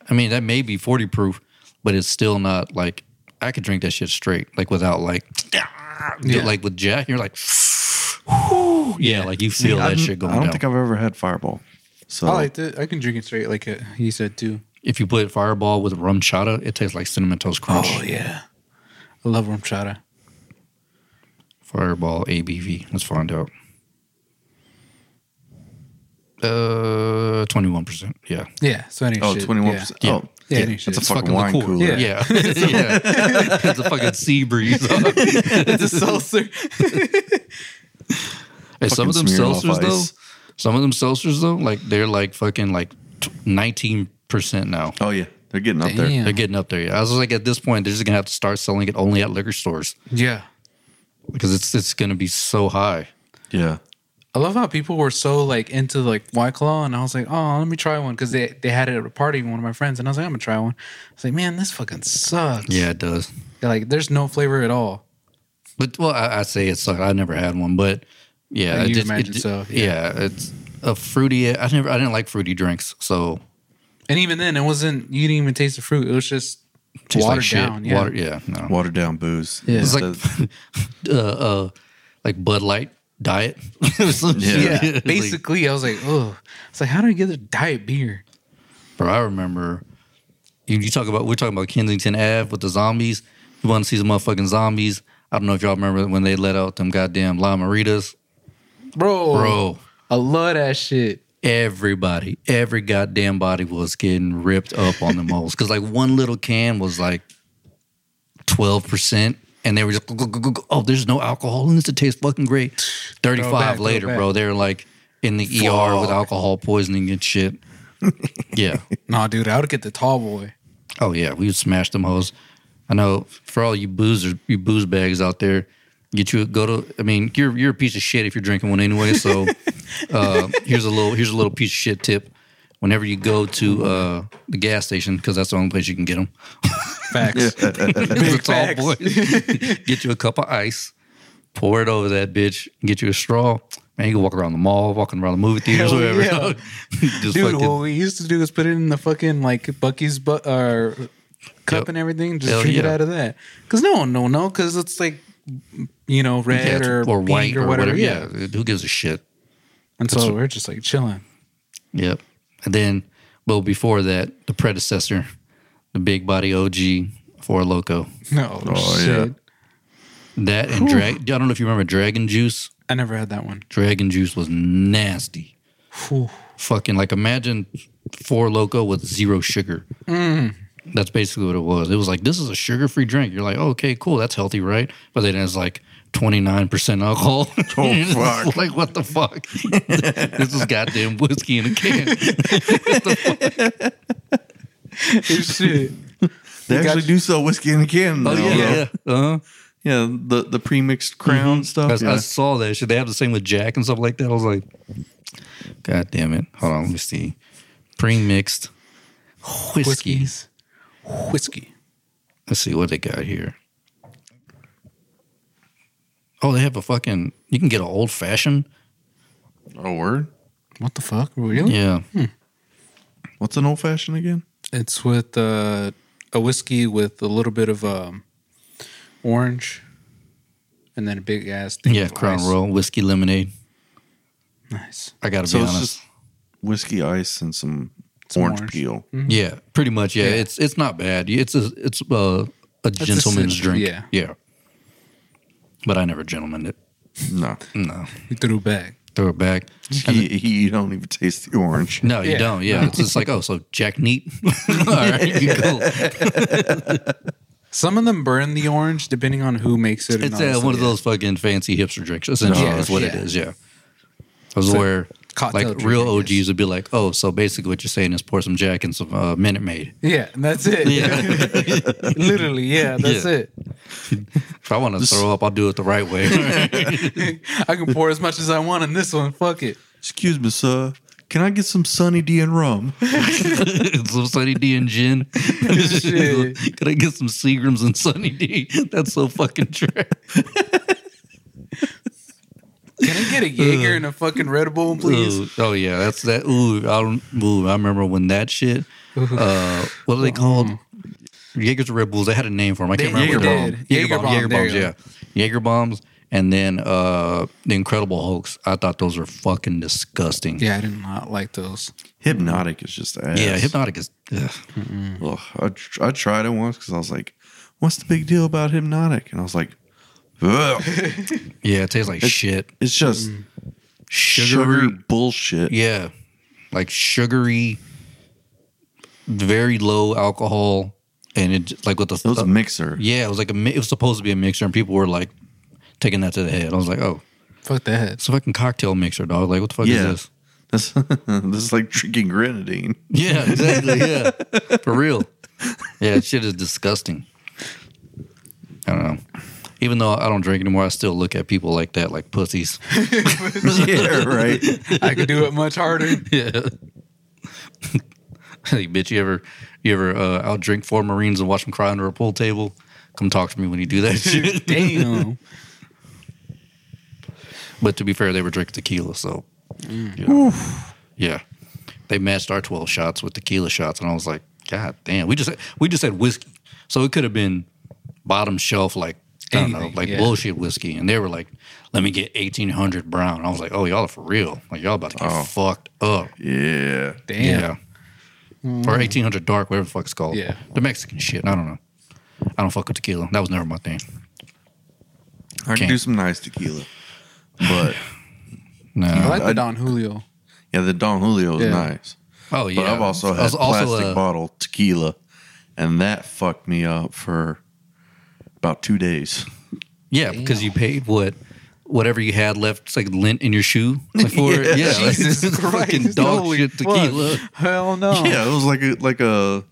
B: I mean, that may be 40 proof, but it's still not like I could drink that shit straight, like without like,
D: Yeah.
B: like with Jack, you're like, whew, yeah, like you feel
C: I
B: that
C: don't-
B: shit
C: I
B: going
C: don't
B: down.
C: think I've ever had Fireball. So
D: I liked it. I can drink it straight, like uh, he said too.
B: if you put Fireball with rum chata, it tastes like cinnamon toast crunch.
D: Oh, yeah, I love rum chata.
B: Fireball ABV. Let's find out. Uh, twenty one percent. Yeah,
D: Yeah, so any
C: oh,
D: shit.
C: 21
D: Yeah.
C: percent.
B: Yeah.
C: Oh,
D: Yeah,
B: Yeah,
D: any shit.
C: that's a
B: It's
C: fucking wine
B: liqueur.
C: cooler.
B: Yeah, yeah. it's a fucking sea breeze.
D: it's a seltzer.
B: Hey, some of them
C: Fucking Smirnoff
B: seltzers though,
C: Ice.
B: some of them seltzers though, like they're like fucking like nineteen percent now.
C: Oh yeah, they're getting up there.
D: Damn.
B: They're getting up there. I was like, at this point, they're just gonna have to start selling it only at liquor stores
D: yeah,
B: because it's it's gonna be so high.
C: Yeah,
D: I love how people were so like into like White Claw, and I was like, oh, let me try one because they they had it at a party. One of my friends, and I was like, I'm gonna try one. I was like, man, this fucking sucks.
B: Yeah, it does.
D: They're like there's no flavor at all.
B: But well, I, I say it sucked. I never had one, but yeah,
D: And
B: it
D: you
B: just- it
D: imagine
B: ju-
D: so,
B: Yeah. it's a fruity. I never, I didn't like fruity drinks, so
D: And even then, it wasn't. You didn't even taste the fruit. It was just
B: tastes
D: watered
B: like shit.
D: down. Yeah.
B: Water, yeah, no.
C: watered down booze.
D: Yeah.
B: It's
D: It's
B: like uh, uh, like Bud Light diet. Some shit.
C: Yeah.
D: yeah,
B: It's like-
D: basically, I was like, oh, it's like how do I get a diet beer?
B: Bro, I remember you, you talk about we're talking about Kensington Ave with the zombies. You want to see some motherfucking zombies? I don't know if y'all remember when they let out them goddamn La Maritas,
D: Bro,
B: bro.
D: I love that shit.
B: everybody, every goddamn body was getting ripped up on the moles because like one little can was like twelve percent, and they were just go, go, go, go, go. oh, there's no alcohol in this. It tastes fucking great. Thirty
D: back,
B: five
D: go
B: later,
D: back.
B: bro, they're like in the ER with alcohol poisoning and shit. yeah.
D: Nah, dude, I would get the tall boy.
B: Oh yeah, we would smash them hoes. I know for all you boozers, you booze bags out there, get you go to. I mean, you're you're a piece of shit if you're drinking one anyway. So uh, here's a little here's a little piece of shit tip. Whenever you go to uh, the gas station, because that's the only place you can get them,
D: Facts.
B: it's all
D: facts.
B: boy. get you a cup of ice, pour it over that bitch, get you a straw. Man, you can walk around the mall, walking around the movie theaters,
D: Hell
B: whatever.
D: yeah.
B: Just
D: Dude,
B: fucking-
D: what we used to do is put it in the fucking like Bucky's bu- or cup
B: Yep.
D: and everything, just
B: Hell
D: drink it
B: yeah.
D: out of that. Because no one will know, because it's like, you know,
B: yeah,
D: red
B: it's-
D: or, pink
B: white
D: or, whatever. Yeah.
B: Yeah, who gives a shit?
D: And so we're just like chilling.
B: Yep. And then, well, before that, the predecessor, the big body OG for Loco.
D: No,
C: Oh,
D: shit.
C: yeah.
B: That and drag. I don't know if you remember Dragon Juice.
D: I never had that one.
B: Dragon Juice was nasty.
D: Phew.
B: Fucking like imagine four Loco with zero sugar. That's basically what it was. It was like this is a sugar-free drink. You're like, okay, cool, that's healthy, right? But then it's like 29% alcohol. It's
C: fuck.
B: like what the fuck? this is goddamn whiskey in a can.
D: shit.
C: They
D: got-
C: actually do sell whiskey in a can.
B: Oh
C: now,
B: yeah,
C: though.
B: yeah. Uh-huh.
C: Yeah, the the premixed crown
B: I,
C: stuff.
B: I
C: Yeah.
B: saw that shit. They have the same with Jack and stuff like that. I was like, God damn it. Hold on, let me see. Pre-mixed whiskey.
D: Whiskeys. Whiskey.
B: Let's see what they got here. Oh, they have a fucking you can get an old fashioned.
C: Oh word.
D: What the fuck? Really?
B: Yeah.
C: What's an old fashioned again?
D: It's with uh, a whiskey with a little bit of um, orange and then a big ass thing.
B: Yeah,
D: of
B: crown
D: ice.
B: roll, whiskey lemonade.
D: Nice.
B: I gotta
C: So
B: be
C: it's
B: honest.
C: just whiskey ice and some,
D: Some
C: orange,
D: orange.
C: peel.
B: yeah, pretty much. Yeah,
D: Mm-hmm. Yeah.
B: It's it's not bad. It's a it's uh, a, a
D: a
B: gentleman's
D: sip,
B: drink.
D: yeah.
B: Yeah. But I never gentlemaned it.
C: No,
B: No.
D: You threw it back.
B: Throw it back.
C: you, you don't even taste the orange.
B: No, you
D: Yeah.
B: don't. Yeah, it's just like oh, so Jack Neat. All right, you cool.
D: Some of them burn the orange depending on who makes it. and
B: It's
D: all
B: uh,
D: this
B: one of
D: stuff.
B: those fucking fancy hipster drinks. Essentially,
D: Yeah,
B: that's what it
D: yeah.
B: is. Yeah, I was
D: So,
B: where
D: cocktail
B: like
D: drink,
B: real
D: I guess.
B: OGs would be like, oh, so basically what you're saying is pour some Jack and some uh, Minute Maid.
D: Yeah, and that's it. Literally, yeah, that's
B: Yeah.
D: it.
B: If I want to throw up, I'll do it the right way.
D: I can pour as much as I want in this one. Fuck it.
C: Excuse me, sir. Can I get some Sunny D and rum?
B: some Sunny D and gin.
D: Shit.
B: Could I get some Seagrams and Sunny D? That's so fucking trash.
D: Can I get a Jaeger and a fucking Red Bull, please?
B: Ooh, oh yeah, that's that. Ooh, I don't. Ooh, I remember when that shit. Uh, what are they called? Jaeger's or Red Bulls. They had a name for them. I can't
D: um, They-
B: remember.
D: Jaeger
B: what
D: did.
B: they
D: Jaeger
B: were called.
D: bomb,
B: Jaeger
D: there
B: bombs.
D: you
B: Yeah, Jaeger bombs, and then uh, the Incredible Hulks. I thought those were fucking disgusting.
D: Yeah, I did not like those.
C: Hypnotic is just ass.
B: Yeah, hypnotic is. Ugh.
C: Ugh, I, tr- I tried it once because I was like, "What's the big deal about hypnotic?" And I was like, "Ugh,
B: Yeah, it tastes like shit.
C: "It's just
B: Sugary.
C: sugary bullshit."
B: Mm, Yeah, like sugary, very low alcohol, and it j- like with the
C: It was a mixer.
B: Uh, Yeah, it was like a. mi- It was supposed to be a mixer, and people were like taking that to the head. I was like, oh,
D: Fuck that.
B: it's a fucking cocktail mixer, dog. Like, what the fuck
C: Yeah.
B: is this?
C: This, this is like drinking grenadine.
B: Yeah, exactly. yeah, for real. Yeah, that shit is disgusting. I don't know. Even though I don't drink anymore, I still look at people like that, like pussies.
C: yeah, right.
D: I could do it much harder.
B: Yeah. hey, bitch, you ever you ever uh, outdrink four Marines and watch them cry under a pool table? Come talk to me when you do that shit.
D: Damn.
B: But to be fair, they were drinking tequila, so you know. yeah, they matched our twelve shots with tequila shots, and I was like, God damn, we just had, we just had whiskey, so it could have been bottom shelf like I don't know,
D: Anything,
B: like
D: yeah.
B: bullshit whiskey, and they were like, Let me get eighteen hundred brown. I was like, Oh, y'all are for real, like y'all about to get
C: Oh.
B: fucked up,
C: Yeah.
D: Damn. Mm.
B: or eighteen hundred dark, whatever the fuck it's called,
D: Yeah.
B: the Mexican shit. I don't know. I don't fuck with tequila. That was never my thing.
C: I can
B: Can't.
C: do some nice tequila. But
B: No,
D: I like the
C: I-
D: Don Julio.
C: Yeah, the Don Julio is
D: Yeah.
C: nice.
B: Oh yeah.
C: But I've also
B: I
C: had
B: was also,
C: plastic
B: uh,
C: bottle tequila, and that fucked me up for about two days.
B: Yeah, because you paid what whatever you had left, it's like lint in your shoe before. yeah, like, this is fucking dog
D: Holy
B: shit
D: fuck.
B: tequila.
D: Hell no.
C: Yeah, it was like a like a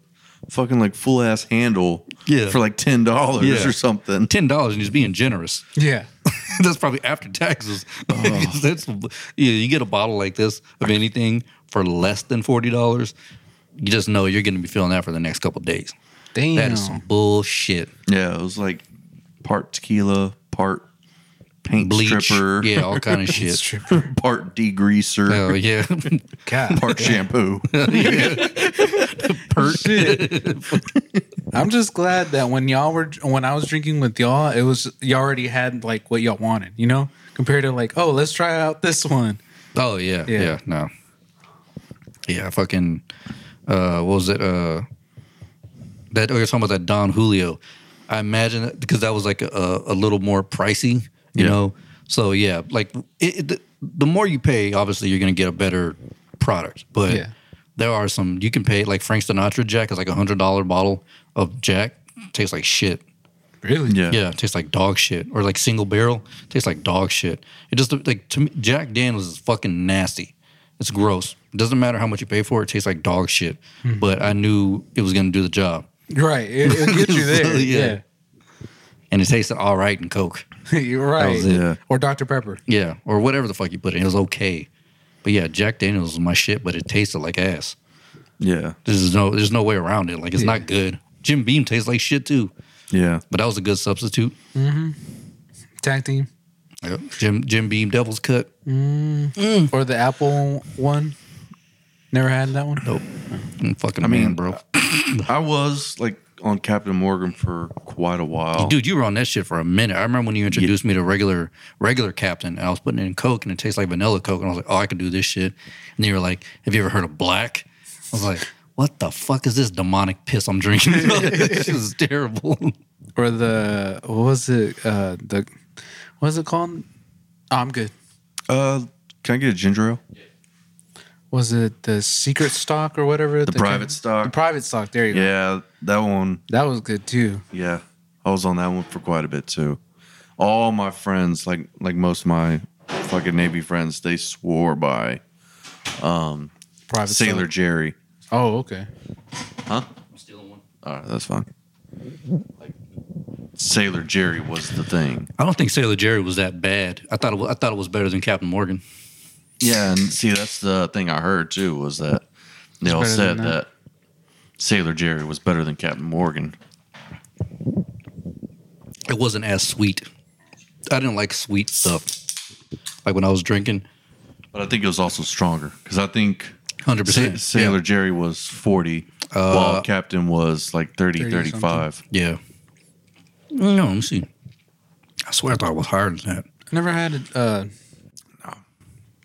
C: fucking like full ass handle
B: Yeah.
C: for like ten dollars
B: Yeah.
C: or something.
B: Ten dollars and just being generous.
D: Yeah.
B: That's probably after taxes. That's, yeah, you get a bottle like this of anything for less than forty dollars. You just know you're going to be feeling that for the next couple of days.
D: Damn.
B: That is some bullshit.
C: Yeah, it was like part tequila, part paint
B: Bleach,
C: stripper,
B: yeah, all kind of shit.
D: Stripper.
C: part degreaser,
B: Oh yeah,
D: God.
C: part shampoo.
B: pert.
D: I'm just glad that when y'all were when I was drinking with y'all, it was y'all already had like what y'all wanted, you know? Compared to like, oh, let's try out this one.
B: Oh yeah,
D: Yeah.
B: yeah, no, yeah, fucking. Uh, what was it? Uh, that oh, you're talking about that Don Julio. I imagine that because that was like a, a little more pricey, you
C: Yeah.
B: know. So yeah, like it, it, the, the more you pay, obviously you're gonna get a better product. But
D: Yeah.
B: there are some you can pay like Frank Sinatra Jack is like a hundred dollar bottle of Jack tastes like shit.
D: Really?
C: Yeah,
B: Yeah, it tastes like dog shit. Or like single barrel tastes like dog shit. It just like to me, Jack Daniels is fucking nasty. It's gross. It doesn't matter how much you pay for it. It tastes like dog shit.
C: Hmm.
B: But I knew it was gonna do the job,
D: Right. It, it'll get you there.
B: So,
D: yeah.
B: yeah. and it tasted all right in Coke.
D: You're right.
B: was it.
C: Yeah.
D: Or Dr. Pepper.
B: Yeah, or whatever the fuck you put in. It was okay. But yeah, Jack Daniels is my shit. But it tasted like ass.
C: yeah,
B: There's no, there's no way around it. Like it's not good. Jim Beam tastes like shit too.
C: yeah.
B: But that was a good substitute.
D: Tag team.
B: Yep. Jim Jim Beam Devil's Cut.
D: Or the Apple one. Never had that one?
B: Nope. Mm, Fucking
C: I
B: man,
C: mean,
B: bro.
C: I was like on Captain Morgan for quite a while.
B: Dude, you were on that shit for a minute. I remember when you introduced me to regular regular Captain, and I was putting it in Coke, and it tastes like vanilla Coke, and I was like, "Oh, I could do this shit." And you were like, "Have you ever heard of black?" I was like, "What the fuck is this demonic piss I'm drinking?" this shit is terrible.
D: Or the what was it? Uh the what was it called? Oh, I'm good.
C: Uh, can I get a ginger ale?
D: Was it the secret stock or whatever? The
C: private stock.
D: The private stock. There you go.
C: Yeah, that one.
D: That was good too.
C: Yeah, I was on that one for quite a bit too. All my friends, like like most of my fucking Navy friends, they swore by
D: Private
C: Sailor
D: Stock.
C: Jerry.
D: Oh, okay.
C: All right, that's fine. Sailor Jerry was the thing.
B: I don't think Sailor Jerry was that bad. I thought it was, I thought it was better than Captain Morgan.
C: Yeah, and see, that's the thing I heard too was that they all
D: better
C: said
D: than
C: that.
D: that.
C: Sailor Jerry was better than Captain Morgan.
B: It wasn't as sweet. I didn't like sweet stuff. Like when I was drinking,
C: But I think it was also stronger because I think
B: hundred
C: Sa-
B: percent
C: Sailor Jerry was 40, while Captain was like 30,
D: 30 something.
C: 35.
B: Yeah. No, let me see. I swear I thought it was higher than that.
D: I never had uh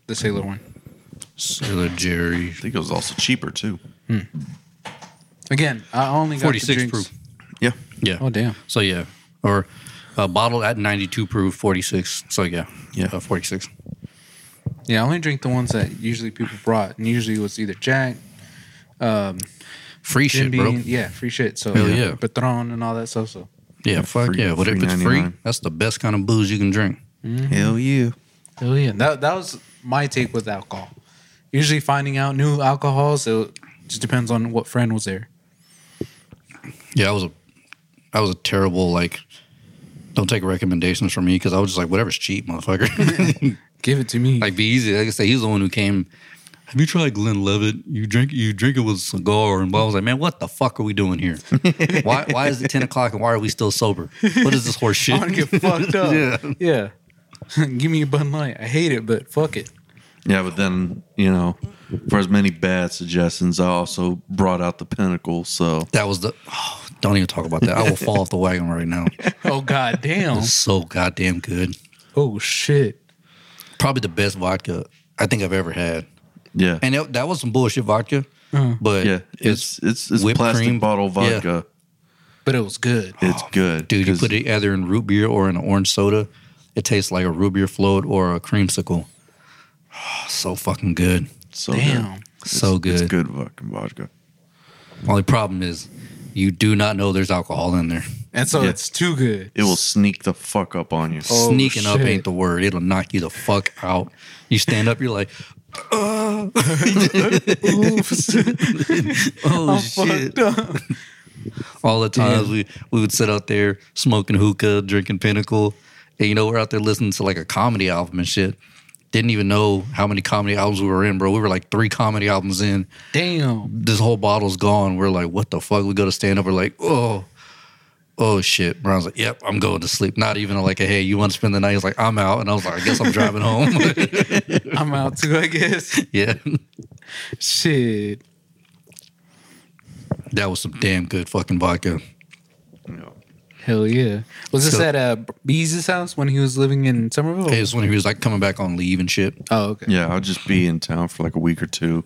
D: the Sailor one.
B: Sailor Jerry.
C: I think it was also cheaper too.
D: Again, I only got 46 the
B: 46
D: drinks.
B: proof.
C: Yeah.
B: Yeah.
D: Oh damn.
B: So, yeah. Or a bottle at 92 proof, 46. So, yeah.
C: Yeah.
B: Uh, 46.
D: Yeah, I only drink the ones that usually people brought, and usually it was either Jack,
B: Free
D: Jim
B: shit, bro.
D: Beam, yeah, free shit. So
B: Hell yeah.
D: Patron and all that stuff. So
B: Yeah, fuck
C: free-
B: yeah. But if it's free,
C: 3.99.
B: that's the best kind of booze you can drink.
C: Hell yeah.
D: hell yeah, that that was my take with alcohol. Usually finding out new alcohols, it just depends on what friend was there.
B: Yeah, I was a, I was a terrible, like, don't take recommendations from me because I was just like, whatever's cheap, motherfucker.
D: Give it to me.
B: like be easy. Like I say, he's the one who came. Have you tried Glenn Levitt? You drink you drink it with a cigar and blah. I was like, man, what the fuck are we doing here? why why is it ten o'clock and why are we still sober? What is this horse
D: I
B: shit?
D: want to get fucked up.
B: Yeah.
D: yeah. Give me a Bud Light. I hate it, but fuck it.
C: Yeah, but then, you know, for as many bad suggestions, I also brought out the pinnacle. So
B: That was the. Oh, don't even talk about that. I will fall off the wagon right now.
D: Oh god damn.
B: So goddamn good.
D: Oh shit.
B: Probably the best vodka I think I've ever had.
C: yeah.
B: And it, that was some bullshit vodka, but
C: yeah. It's it's it's
B: whipped
C: plastic
B: cream.
C: bottle
B: Yeah. Oh,
C: vodka.
D: But it was good.
C: It's good.
B: dude, you
C: 'cause-
B: put it either in root beer or in an orange soda. It tastes like a root beer float or a creamsicle. so fucking good.
C: So
D: Damn.
C: good.
B: So
C: It's
B: good.
C: good fucking vodka.
B: Only problem is you do not know there's alcohol in there.
D: And so
C: Yeah.
D: it's too good.
C: It will sneak the fuck up on you.
D: Oh,
B: Sneaking up
D: shit.
B: ain't the word. It'll knock you the fuck out. You stand up, you're like, "Ah."
D: Oops.
B: oh
D: I'm
B: shit.
D: fucked up.
B: All the times we, we would sit out there smoking hookah, drinking pinnacle. And you know, we're out there listening to like a comedy album and shit. Didn't even know how many comedy albums we were in, bro. We were like three comedy albums in.
D: Damn.
B: This whole bottle's gone. We're like, what the fuck? We go to stand up. We're like, oh, oh shit. Brown's like, yep, I'm going to sleep. Not even like a hey, you want to spend the night? He's like, I'm out. And I was like, I guess I'm driving home.
D: I'm out too, I guess.
B: yeah.
D: Shit.
B: That was some damn good fucking vodka.
C: Yeah.
D: Hell yeah. Was this
B: So-
D: at uh, Beeze's house when he was living in Somerville?
B: It was when he was like coming back on leave and shit.
D: Oh, okay.
C: Yeah, I'll just be in town for like a week or two.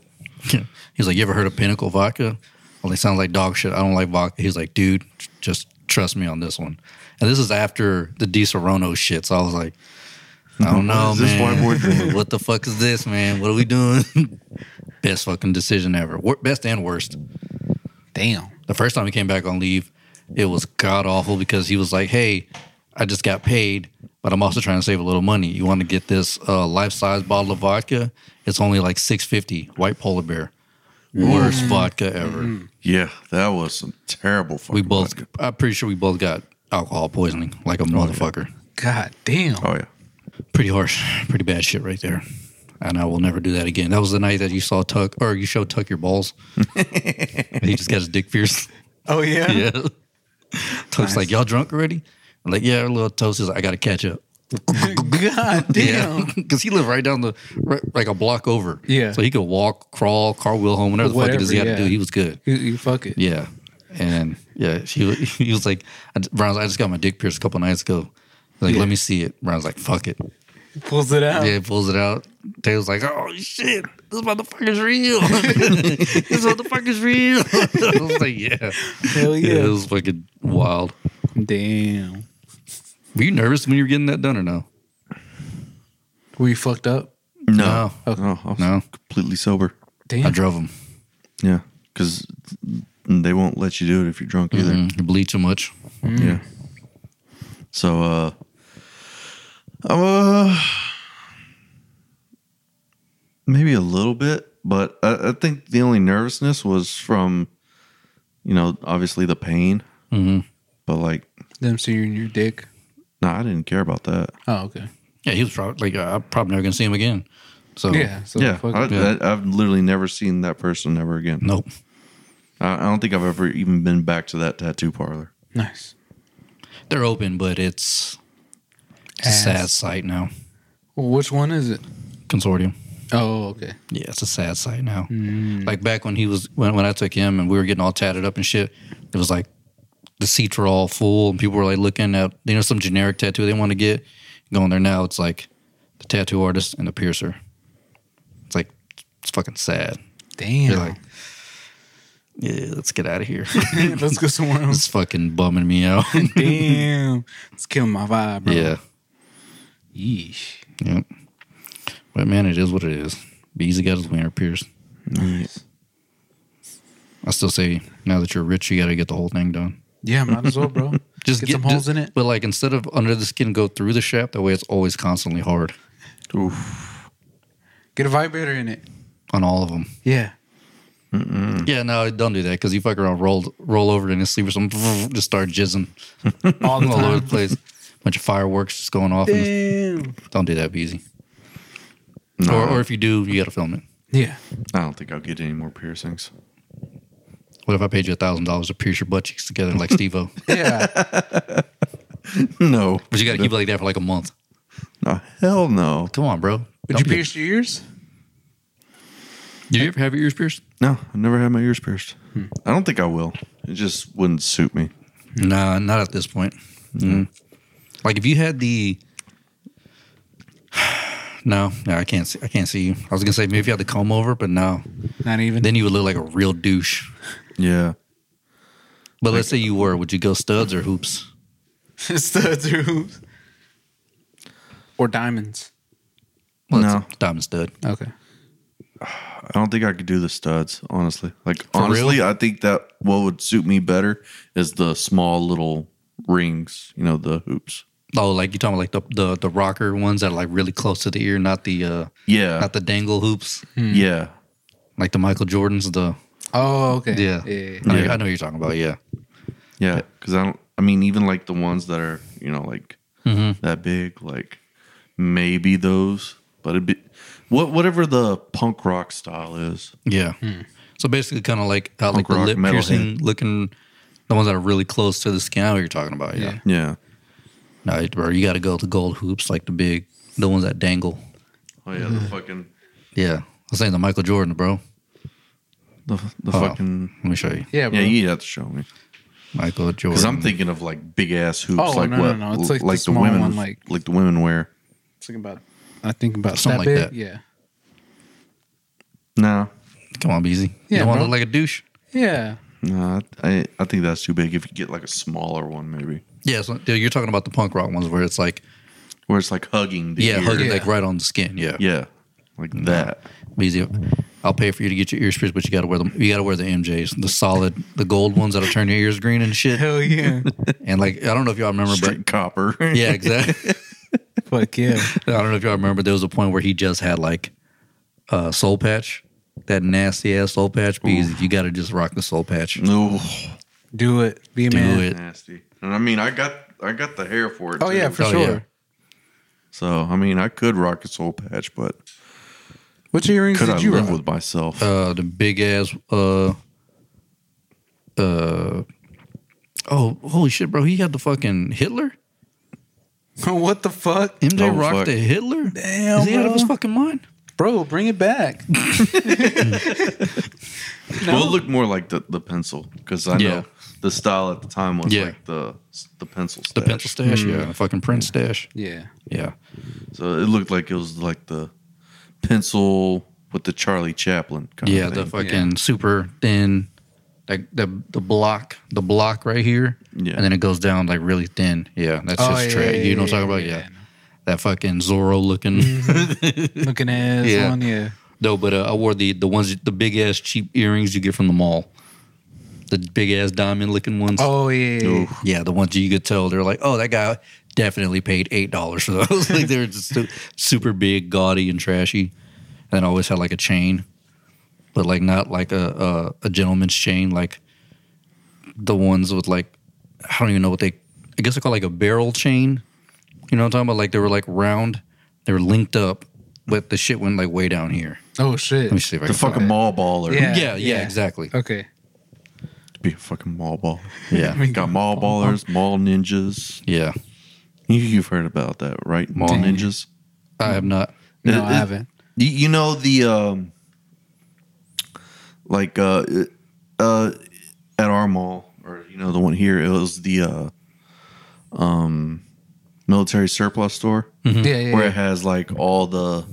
B: He's like, you ever heard of Pinnacle Vodka? Well, they sound like dog shit. I don't like vodka. He's like, dude, just trust me on this one. And this is after the Di Serrano shit. So I was like, I don't know,
C: is this
B: man.
C: white boy doing?
B: what the fuck is this, man? What are we doing? best fucking decision ever. Wor- best and worst.
D: Damn.
B: The first time he came back on leave, it was god awful because he was like, "Hey, I just got paid, but I'm also trying to save a little money. You want to get this uh, life size bottle of vodka? It's only like six fifty. White polar bear, worst
C: Mm.
B: vodka ever.
C: Yeah, that was some terrible Mm-hmm. fucking
B: We both,
C: vodka.
B: I'm pretty sure we both got alcohol poisoning, like a motherfucker.
D: God damn.
C: Oh yeah.
B: Pretty harsh, pretty bad shit right there. And I will never do that again. That was the night that you saw Tuck, or you showed Tuck your balls. he just got his dick pierced.
D: Oh, yeah?
B: yeah. Toast's
D: Nice.
B: like, y'all drunk already? I'm like, yeah, a little toast. He's like, I gotta catch up.
D: God damn.
B: Yeah, because he lived right down the right, like a block over.
D: Yeah.
B: so he could walk, crawl, car wheel home, whatever the fuck it is he had
D: Whatever,
B: to
D: yeah.
B: do. He was good.
D: You, you fuck it.
B: Yeah, and yeah, he wa- he was like, I, just- Brown's. like, I just got my dick pierced a couple nights ago. He's Like,
D: Yeah.
B: let me see it. Brown's like, fuck it.
D: Pulls it out.
B: Yeah, he pulls it out. Taylor's like, oh shit, this motherfucker's real. this motherfucker's real. I was like, yeah.
D: Hell
B: yeah, it
D: yeah.
B: was fucking wild.
D: Damn.
B: Were you nervous when you were getting that done or no?
D: Were you fucked up?
C: No,
D: No.
C: no,
D: Okay.
C: I was
B: Oh, No.
C: completely sober.
B: I
D: Damn.
B: drove him.
C: Yeah, because they won't let you do it if you're drunk either.
B: Mm-hmm. You bleed too much.
C: Yeah. So, uh, I'm, uh, maybe a little bit, but I, I think the only nervousness was from, you know, obviously the pain,
B: Mhm.
C: but like,
D: Them seeing your dick.
C: no, I didn't care about that.
D: Oh, okay.
B: Yeah, he was probably like, uh, I'm probably never gonna see him again. So
D: Yeah. So
C: yeah,
D: fuck
C: I,
D: it.
B: Oh. yeah.
C: I, I've literally never seen that person ever again.
B: nope.
C: I, I don't think I've ever even been back to that tattoo parlor.
D: Nice.
B: They're open, but it's, it's a
D: Ass.
B: sad sight now.
D: Well, which one is it?
B: Consortium.
D: Oh, okay.
B: Yeah, it's a sad sight now. Like back when he was when, when I took him and we were getting all tatted up and shit, it was like the seats were all full and people were like looking at you know some generic tattoo they want to get. Going there now, it's like the tattoo artist and the piercer. It's like it's fucking sad.
D: Damn.
B: You're like, yeah, let's get out of here.
D: Let's go somewhere else.
B: it's fucking bumming me out.
D: Damn. It's killing my vibe, bro.
B: yeah.
D: Yeesh.
B: Yep. But man, it is what it is. Beasley got his wiener pierced.
D: Nice.
B: I still say now that you're rich, you got to get the whole thing done.
D: Yeah, might as well, bro.
B: Just
D: Get some holes in it?
B: But like instead of under the skin, go through the shaft. That way, it's always constantly hard
D: Get a vibrator in it.
B: on all of them.
D: Yeah. Hmm.
B: Yeah, no, don't do that because you fuck around, roll roll over in his sleep or something, just start jizzing
D: All the
B: all over the
D: time.
B: place. Bunch of fireworks just going off. And
D: Damn.
B: don't do that, Beasley.
C: No,
B: Or, or if you do, you got to film it.
D: Yeah.
C: I don't think I'll get any more piercings.
B: What if I paid you a thousand dollars to pierce your butt cheeks together like Steve-O?
D: Yeah.
C: No,
B: But you got to keep it like that for like a month.
C: no, hell no,
B: Come on, bro.
D: Would
B: Don't
D: you
B: be-
D: pierce your ears?
B: Did you ever have your ears pierced?
C: no. I've never had my ears pierced. I don't think I will. It just wouldn't suit me.
B: Nah, not at this point. Mm. Like if you had the no, no, I can't see. I can't see you. I was gonna say maybe you had the comb over, but no.
D: Not even.
B: Then you would look like a real douche.
C: Yeah.
B: But let's say you were. Would you go studs or hoops?
D: studs or hoops. Or diamonds.
B: Well,
C: No.
B: it's a diamond stud.
D: Okay.
C: I don't think I could do the studs, honestly. Like
B: For
C: honestly, I think that what would suit me better is the small little rings, you know, the hoops.
B: Oh, like you talking about like the, the the rocker ones that are like really close to the ear, not the uh
C: Yeah.
B: not the dangle hoops,
C: yeah.
B: like the Michael Jordans. The
D: Oh, okay.
B: yeah,
D: yeah.
B: I, know-
C: Yeah.
B: I know what you're talking about. Yeah,
C: Yeah, because I don't. I mean, even like the ones that are you know like
B: Mhm.
C: that big, like maybe those, but it'd be what whatever the punk rock style is.
B: yeah.
D: Hmm.
B: So basically, kind of like how like
C: Punk
B: the
C: rock,
B: lip
C: metalhead.
B: piercing looking, the ones that are really close to the skin. I know what you're talking about. Yeah,
D: Yeah.
C: Yeah.
B: no, you- bro, you got to go with the gold hoops, like the big, the ones that dangle.
C: Oh yeah,
B: Mm-hmm.
C: the fucking
B: Yeah, I'm saying the Michael Jordan, bro.
C: the the
B: Hold on.
C: fucking.
B: Let me show you,
D: Yeah, bro.
C: Oh. Yeah, you have to show me
B: Michael Jordan.
C: because I'm thinking of like big ass hoops,
D: Oh,
C: like
D: no, no,
C: what,
D: no, it's like the
C: the,
D: small
C: women,
D: one, like-
C: like the women wear.
D: Thinking about, I think about
B: Something
D: that
B: like
D: big. Yeah.
C: No,
B: Come on, Beezy. you
D: Yeah,
B: don't want to
D: bro.
B: look like a douche.
D: Yeah.
C: no, I I think that's too big. If you get like a smaller one, maybe
B: Yeah, so dude, you're talking about the punk rock ones where it's like,
C: where it's like hugging. The
B: yeah,
C: ear.
B: hugging
D: Yeah.
B: like right on the skin. Yeah,
C: Yeah, like that.
B: Easy. I'll pay for you to get your ears pierced, but you got to wear them. You got to wear the MJs, the solid, the gold ones that'll turn your ears green and shit.
D: Hell yeah.
B: And like, I don't know if y'all remember,
C: Straight copper.
B: but yeah, exactly.
D: Fuck yeah.
B: I don't know if y'all remember. There was a point where he just had like uh, soul patch, that nasty ass soul patch. Because you got to just rock the soul patch.
D: Mm,
C: No.
D: Do it. Be a
B: Do
D: man.
B: it.
C: Nasty. And I mean, I got I got the hair for it.
D: Oh
C: too.
D: yeah, for
B: Oh,
D: sure.
B: yeah.
C: so I mean, I could rock a soul patch, but
D: Which earrings
C: could
D: did
C: I
D: you
C: live
D: rock?
C: with myself?
B: Uh, the big ass. Uh, uh, oh, holy shit, bro! He had the fucking Hitler.
D: what the fuck,
B: MJ
C: Oh,
B: rocked
C: fuck.
B: the Hitler.
D: Damn,
B: is he out of his
D: bro.
B: fucking mind?
D: bro? Bring it back. no.
C: Well, it looked more like the, the pencil because I
B: Yeah.
C: know the style at the time was
B: Yeah.
C: like the the pencil.
B: The
C: Stash.
B: pencil stash, Mm. yeah, the fucking print stash,
D: Yeah.
B: yeah.
C: So it looked like it was like the pencil with the Charlie Chaplin. Kind
B: Yeah,
C: of
B: the
C: thing.
B: fucking super thin, like the the block, the block right here,
C: Yeah.
B: and then it goes down like really thin. Yeah, that's
D: Oh,
B: just
D: yeah,
B: trash.
D: yeah,
B: you know what
D: yeah,
B: I'm talking about?
D: yeah,
B: Yeah,
D: yeah,
B: that fucking Zorro looking.
D: Looking ass
B: Yeah.
D: one. Yeah.
B: no, but uh, I wore the the ones the big ass cheap earrings you get from the mall, the big ass diamond looking ones.
D: Oh yeah.
C: Oof.
B: Eh, Yeah, the ones you could tell they're like, oh, that guy definitely paid eight dollars for those. like they're just su- super big, gaudy, and trashy. And I always had like a chain, but like not like a a, a gentleman's chain, like the ones with like I don't even know what they. I guess they call like a barrel chain. You know what I'm talking about? Like they were like round, they were linked up, but the shit went like way down here.
D: Oh
B: Let me
D: shit.
B: see if I can
C: the
B: find
C: fucking
B: it.
C: mall baller.
D: Yeah.
B: Yeah, yeah,
D: Yeah.
B: exactly.
D: Okay.
C: be a fucking mall baller.
B: Yeah,
D: I mean,
C: Got mall ballers, mall ninjas.
B: yeah.
C: You- You've heard about that, right? Mall
B: Dang.
C: ninjas.
B: I have not.
D: No,
C: It-
D: I
C: it-
D: haven't.
C: You, you know the um like uh it- uh at our mall or you know the one here it was the uh um military surplus store
D: Yeah, yeah.
C: where
D: yeah.
C: it has like all the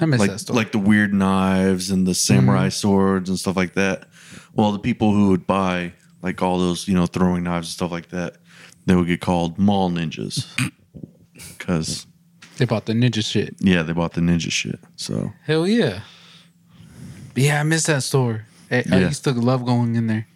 D: I miss
C: like
D: that store. Mm-hmm.
C: like the weird knives and the samurai swords and stuff like that. Well, the people who would buy like all those, you know, throwing knives and stuff like that, they would get called mall ninjas. Cuz
D: they bought the ninja shit.
C: yeah, they bought the ninja shit. So,
D: Hell yeah. Yeah, I miss that store. I, I
C: Yeah.
D: used to love going in there.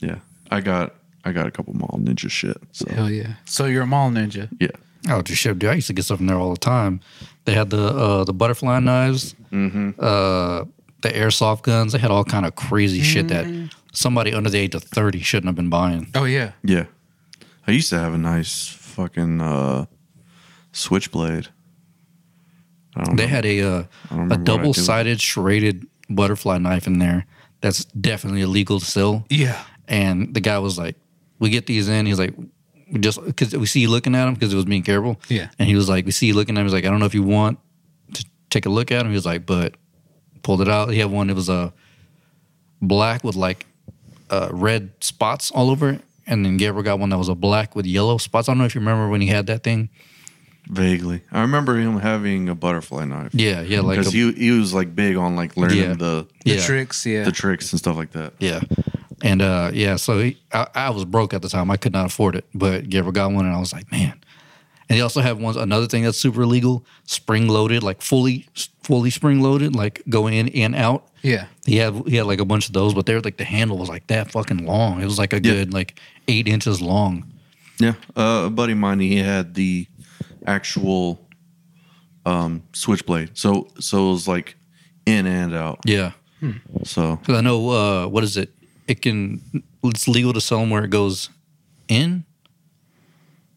C: yeah. I got I got a couple mall ninja shit. So,
D: Hell yeah. So you're a mall ninja.
C: yeah.
B: Oh, just shit, dude! I used to get stuff from there all the time. They had the uh, the butterfly knives,
C: Mm-hmm.
B: uh, the airsoft guns. They had all kind of crazy shit that somebody under the age of thirty shouldn't have been buying.
D: Oh yeah.
C: Yeah. I used to have a nice fucking uh switchblade. I don't
B: They
C: know.
B: had a uh,
C: I don't
B: a
C: remember what I do
B: double
C: with it.
B: sided serrated butterfly knife in there. That's definitely illegal to sell.
D: Yeah.
B: And the guy was like, "We get these in." He's like, "We just because we see you looking at him because it was being careful."
D: Yeah.
B: And he was like, "We see you looking at him." He's like, "I don't know if you want to take a look at him." He was like, "But," pulled it out. He had one. It was a black with like uh, red spots all over it. And then Gabriel got one that was a black with yellow spots. I don't know if you remember when he had that thing.
C: Vaguely. I remember him having a butterfly knife.
B: Yeah, yeah, like
C: because
B: a-
C: he he was like big on like learning
B: Yeah.
C: the
D: The
B: yeah.
D: tricks, yeah.
C: the tricks and stuff like that.
B: Yeah. And uh, yeah, so he, I, I was broke at the time. I could not afford it, but Gabriel got one, and I was like, man, And they also have one another thing that's super illegal, spring loaded, like fully fully spring loaded, like go in and out.
D: Yeah.
B: He had he had like a bunch of those, but they're like the handle was like that fucking long. It was like a good like eight inches long.
C: Yeah, uh, a buddy of mine, he had the actual um, switchblade, so so it was like in and out.
B: Yeah.
C: So
B: Because I know uh, what is it? It can it's legal to sell them where it goes in.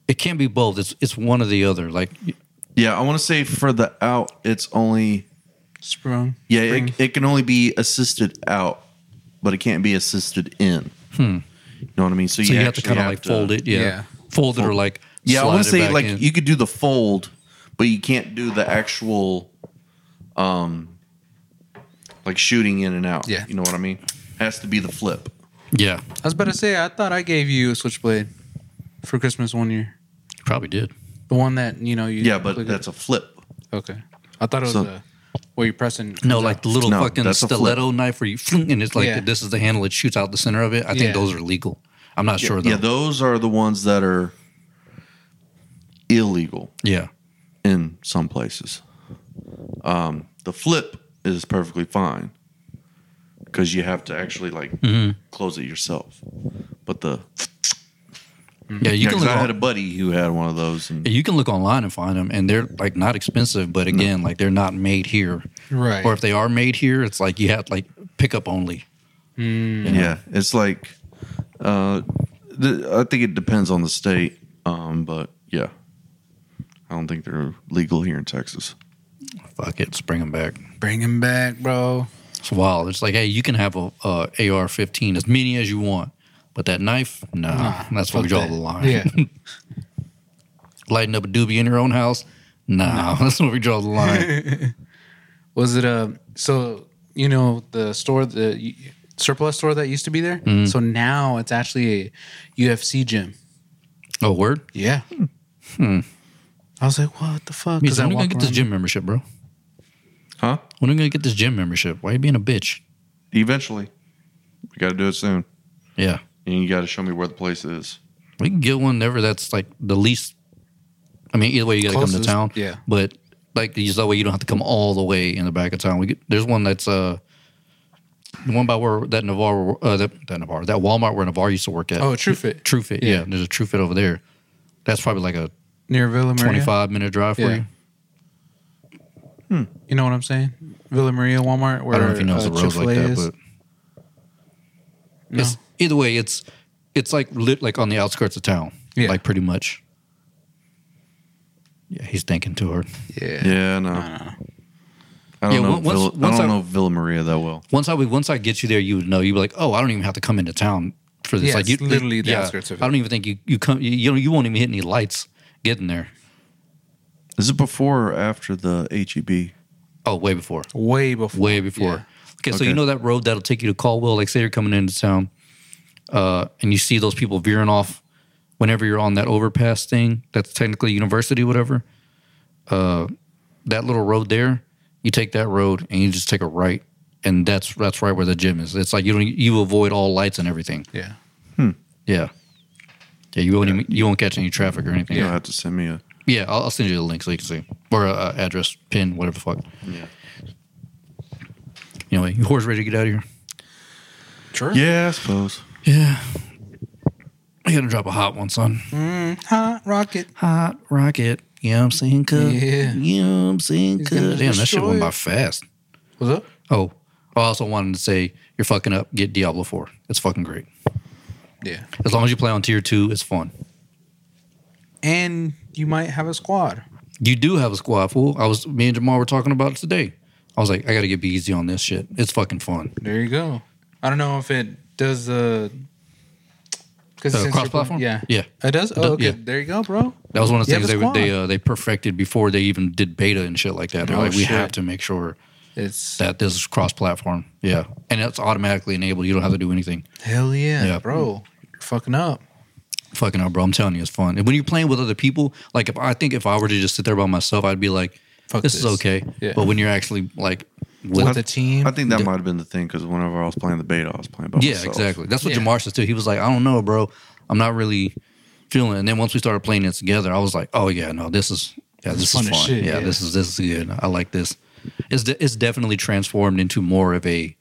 B: It can't be both. It's it's one or the other. Like
C: yeah, I want to say for the out, it's only
D: Sprung.
C: yeah,
D: Spring.
C: it, it can only be assisted out, but it can't be assisted in. Hmm. You know what I mean? So,
B: so you, have to
C: actually
B: kind of like fold it. Yeah.
D: yeah.
B: Fold it or like
C: Yeah, I
B: slide
C: want
B: it
C: to say
B: back
C: like
B: in.
C: you could do the fold, but you can't do the actual, um, like shooting in and out.
D: Yeah.
C: you know what I mean. Has to be the flip.
B: yeah.
D: I was about to say, I thought I gave you a switchblade for Christmas one year.
B: You probably did.
D: The one that, you know, you.
C: Yeah, but
D: click
C: that's a flip.
D: it. Okay. I thought it was
C: So-
D: a. Where you pressing.
B: No, like the little
C: No,
B: fucking
C: that's a flip.
B: stiletto knife where you and it's like
D: Yeah.
B: this is the handle. It shoots out the center of it. I think
D: Yeah.
B: those are legal. I'm not sure though.
C: Yeah, those are the ones that are illegal
B: yeah.
C: in some places. Um, the flip is perfectly fine because you have to actually like
B: Mm-hmm.
C: close it yourself. But
B: Yeah.
C: the
B: You
C: yeah,
B: can
C: 'cause
B: look.
C: I
B: on-
C: had a buddy who had one of those, and
B: you can look online and find them, and they're like not expensive, but again, like they're not made here.
D: Right.
B: Or if they are made here, it's like you have like pickup only.
C: yeah, it's like uh, the, I think it depends on the state, um, but yeah, I don't think they're legal here in Texas.
B: Fuck it, let's bring them back.
D: Bring him back, bro.
B: It's wild. It's like, hey, you can have a, uh AR-15 as many as you want, but that knife, nah, that's where we
D: fuck
B: draw
D: that.
B: the line.
D: Yeah.
B: Lighting up a doobie in your own house, nah, that's where we draw the line.
D: Was it a so you know the store the surplus store that used to be there?
B: Mm-hmm.
D: So now it's actually a UFC gym.
B: oh, word.
D: Yeah. Hmm. I was like, what the fuck?
B: Because
D: I
B: when are we gonna
D: walk
B: get this
D: around-
B: gym membership, bro?
C: Huh?
B: When are we gonna get this gym membership? Why are you being a bitch?
C: Eventually, we got to do it soon.
B: Yeah,
C: and you got to show me where the place is.
B: we can get one never. That's like the least. I mean, either way, you gotta come
D: Closest,
B: to town.
D: yeah.
B: but like just that way, you don't have to come all the way in the back of town. We get, there's one that's uh. The one by where that Navarro, uh, that, that Navarro, that Walmart where Navarro used to work at.
D: Oh, True Fit
B: True Fit. Yeah.
D: Yeah.
B: there's a True Fit over there. That's probably like a
D: near Villa Maria.
B: 25 minute drive for
D: Yeah.
B: you.
D: You know what I'm saying? Villa Maria Walmart. Where
B: I don't know if you know the
D: uh,
B: roads like
D: Chick-fil-A
B: that,
D: is.
B: but it's, either way, it's it's like lit like on the outskirts of town.
D: Yeah.
B: Like pretty much. Yeah, he's thinking too hard.
D: yeah.
C: Yeah, no. I don't
B: Yeah,
C: know.
B: on- once-
C: Villa,
B: once
C: I don't
B: I-
C: know Villa Maria that well.
B: Once I would once I get you there, you would know. You'd be like, oh, I don't even have to come into town for this.
D: Yeah,
B: like
D: it's
B: you
D: literally the outskirts of it.
B: I don't even think you you come you, you know you won't even hit any lights getting there.
C: Is it before or after the E HEB?
B: Oh, way before.
D: Way before.
B: way before.
D: Yeah.
B: Okay, so
C: Okay.
B: you know that road that'll take you to Caldwell. Like, say you're coming into town, uh, and you see those people veering off. Whenever you're on that overpass thing, that's technically university, whatever. Uh, that little road there, you take that road and you just take a right, and that's that's right where the gym is. It's like you don't you avoid all lights and everything.
D: Yeah.
B: Yeah, yeah. You won't even, you won't catch any traffic or anything.
C: You'll have to send me a.
B: Yeah, I'll, I'll send you the link so you can see or uh, address, pin, whatever the fuck.
C: Yeah.
B: Anyway, your horse ready to get out of here.
D: Sure.
C: Yeah, I suppose.
B: Yeah. I gotta drop a hot one, son.
D: Hot rocket.
B: Hot rocket. You know what I'm saying, cuz?
D: Yeah.
B: You know what I'm saying,
D: He's gonna
B: cuz? Damn, that shit
D: destroy
B: went
D: it.
B: by fast.
D: What's up?
B: Oh, I also wanted to say, you're fucking up. Get Diablo 4. It's fucking great.
D: Yeah.
B: As long as you play on tier 2, it's fun.
D: And you might have a squad.
B: You do have a squad, fool. I was, me and Jamal were talking about it today. I was like, I gotta get be easy on this shit. It's fucking fun.
D: There you go. I don't know if it does uh, the because
B: Uh, cross-platform?
D: Yeah,
B: Yeah.
D: it does.
B: Does-
D: Oh, okay.
B: yeah.
D: There you go, bro.
B: That was one of the
D: You have
B: things
D: a
B: they would- they
D: squad.
B: uh, they perfected before they even did beta and shit like that. They're
D: Oh,
B: like, we
D: shit.
B: have to make sure
D: It's
B: that this is cross platform. Yeah, and it's automatically enabled. You don't have to do anything.
D: hell yeah,
B: Yeah.
D: bro. You're fucking up.
B: Fucking up, bro. I'm telling you, it's fun. And when you're playing with other people, like if I think if I were to just sit there by myself, I'd be like,
D: Fuck
B: this, is
D: this.
B: okay.
D: Yeah.
B: But when you're actually like with,
D: With the team,
C: I think that might have been the thing because whenever I was playing the beta, I was playing by
B: yeah,
C: myself.
B: exactly. That's what
D: Yeah.
B: Jamar says too. He was like, I don't know, bro. I'm not really feeling. And then once we started playing it together, I was like, oh yeah, no, this is yeah, this,
D: This is
B: is
D: fun
B: fun.
D: as shit,
B: yeah,
D: yeah.
B: this is this is good. I like this. It's de- it's definitely transformed into more of a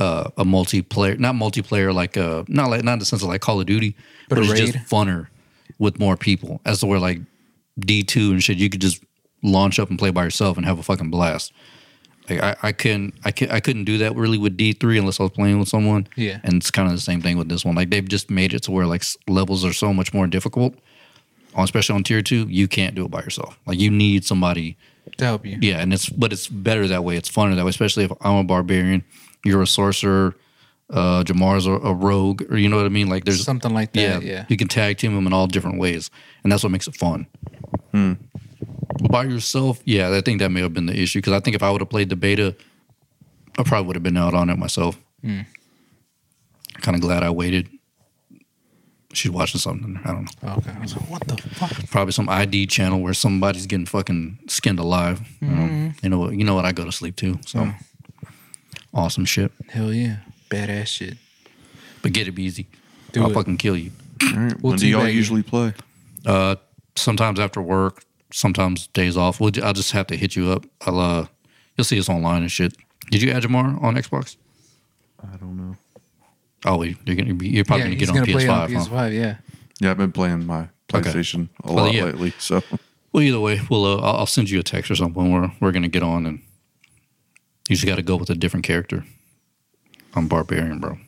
B: uh, a multiplayer, not multiplayer like uh not like not in the sense of like Call of Duty,
D: But
B: but,
D: a
B: it's
D: raid?
B: just funner with more people. As to where like D two and shit, you could just launch up and play by yourself and have a fucking blast. Like I, I couldn't I can I couldn't do that really with D three unless I was playing with someone.
D: Yeah.
B: And it's kind of the same thing with this one. Like they've just made it to where like s- levels are so much more difficult. On especially on tier two, you can't do it by yourself. Like you need somebody.
D: to help you.
B: Yeah, and it's but it's better that way. It's funner that way, especially if I'm a barbarian, you're a sorcerer, uh Jamar's a, a rogue, or you know what I mean? Like there's
D: Something like
B: yeah,
D: that. Yeah.
B: You can tag team them in all different ways, and that's what makes it fun.
D: Hmm.
B: By yourself, yeah, I think that may have been the issue because I think if I would have played the beta, I probably would have been out on it myself.
D: Hmm.
B: Kind of glad I waited. She's watching something. I don't know.
D: Okay. I was like, what the fuck?
B: Probably some ID channel where somebody's getting fucking skinned alive. You know?
D: Hmm.
B: You know what? You know what? I go to sleep too. So awesome shit.
D: Hell yeah. Badass shit.
B: But get it, Beezy.
D: Do
B: I'll
D: it.
B: fucking kill you.
C: All right.
D: We'll
C: when do y'all
D: teabag you.
C: usually play?
B: Uh, sometimes after work, sometimes days off. We'll, I'll just have to hit you up. I'll uh, you'll see us online and shit. Did you add Jamar on Xbox?
C: I don't know.
B: Oh, wait, you're gonna be you're probably
D: yeah, he's
B: gonna
D: gonna
B: get on
D: play
B: PS5.
D: it on
B: huh?
D: PS5. Yeah.
C: Yeah, I've been playing my
B: Okay.
C: PlayStation a
B: Well,
C: lot
B: yeah.
C: lately. So
B: Well, either way, we'll uh, I'll I'll send you a text or something. We're we're gonna get on and you just got to go with a different character. I'm barbarian, bro.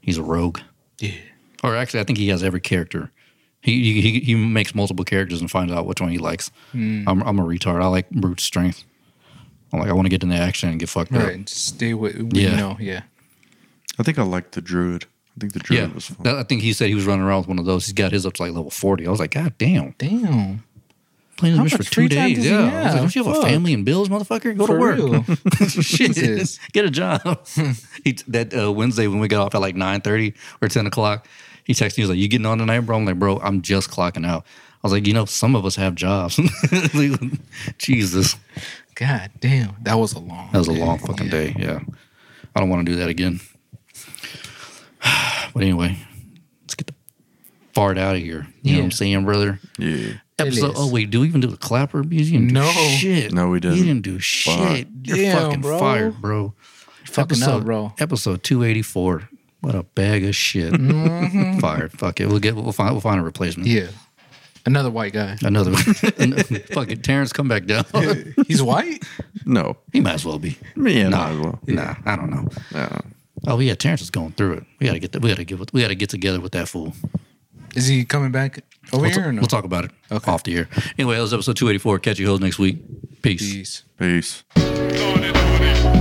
B: He's a rogue.
D: Yeah.
B: Or actually, I think he has every character. He he he makes multiple characters and finds out which one he likes.
D: Hmm.
B: I'm I'm a retard. I like brute strength. I'm like I want to get in the action and get fucked
D: Right.
B: up.
D: and Just stay with what you
B: Yeah.
D: know. Yeah.
C: I think I liked the Druid. I think the Druid
B: Yeah,
C: was fun.
B: That- I think he said he was running around with one of those. He's got his up to like level forty. I was like, God damn,
D: Damn.
B: playing
D: How
B: this bitch
D: much
B: for two
D: free time
B: days.
D: does he
B: Yeah, I was
D: have?
B: like, don't you have
D: Fuck.
B: a family and bills, motherfucker? Go to work.
D: real. Jesus.
B: Shit, get a job. he, that uh, Wednesday when we got off at like nine thirty or ten o'clock, he texted me. He was like, "You getting on tonight, bro?" I'm like, "Bro, I'm just clocking out." I was like, "You know, some of us have jobs." Like, Jesus,
D: God damn. That was a long
B: that was a
D: day.
B: long fucking
D: Yeah.
B: day. Yeah, I don't want to do that again. but anyway, let's get the fart out of here. You know what I'm
D: Yeah.
B: saying, brother?
C: yeah.
B: Episode.
D: is.
B: Oh wait, do we even do the clapper? You didn't do
D: No.
B: shit.
C: No, we didn't.
B: You didn't do shit. You're
D: Damn,
B: fucking
D: bro.
B: fired, bro.
D: Fucking
B: episode,
D: up, bro.
B: Episode two eighty four. What a bag of shit. Fired. Fuck it. We'll get. We'll find. We'll find a replacement.
D: Mm-hmm. Yeah. Another white guy.
B: Another. another fuck it. Terrence, come back down.
D: He's white?
C: No.
B: he might as well be.
C: Yeah,
B: nah.
C: might as well.
B: Nah. I don't know.
C: Yeah.
B: Oh yeah, Terrence is going through it. We gotta get. The, we gotta get. with- We gotta get together with that fool.
D: Is he coming back over
B: We'll,
D: here or no?
B: we'll talk about it
D: Okay.
B: off the air. Anyway, that was episode two eighty four. Catch you hoes next week. Peace.
D: Peace.
C: Peace.
A: Lordy, Lordy.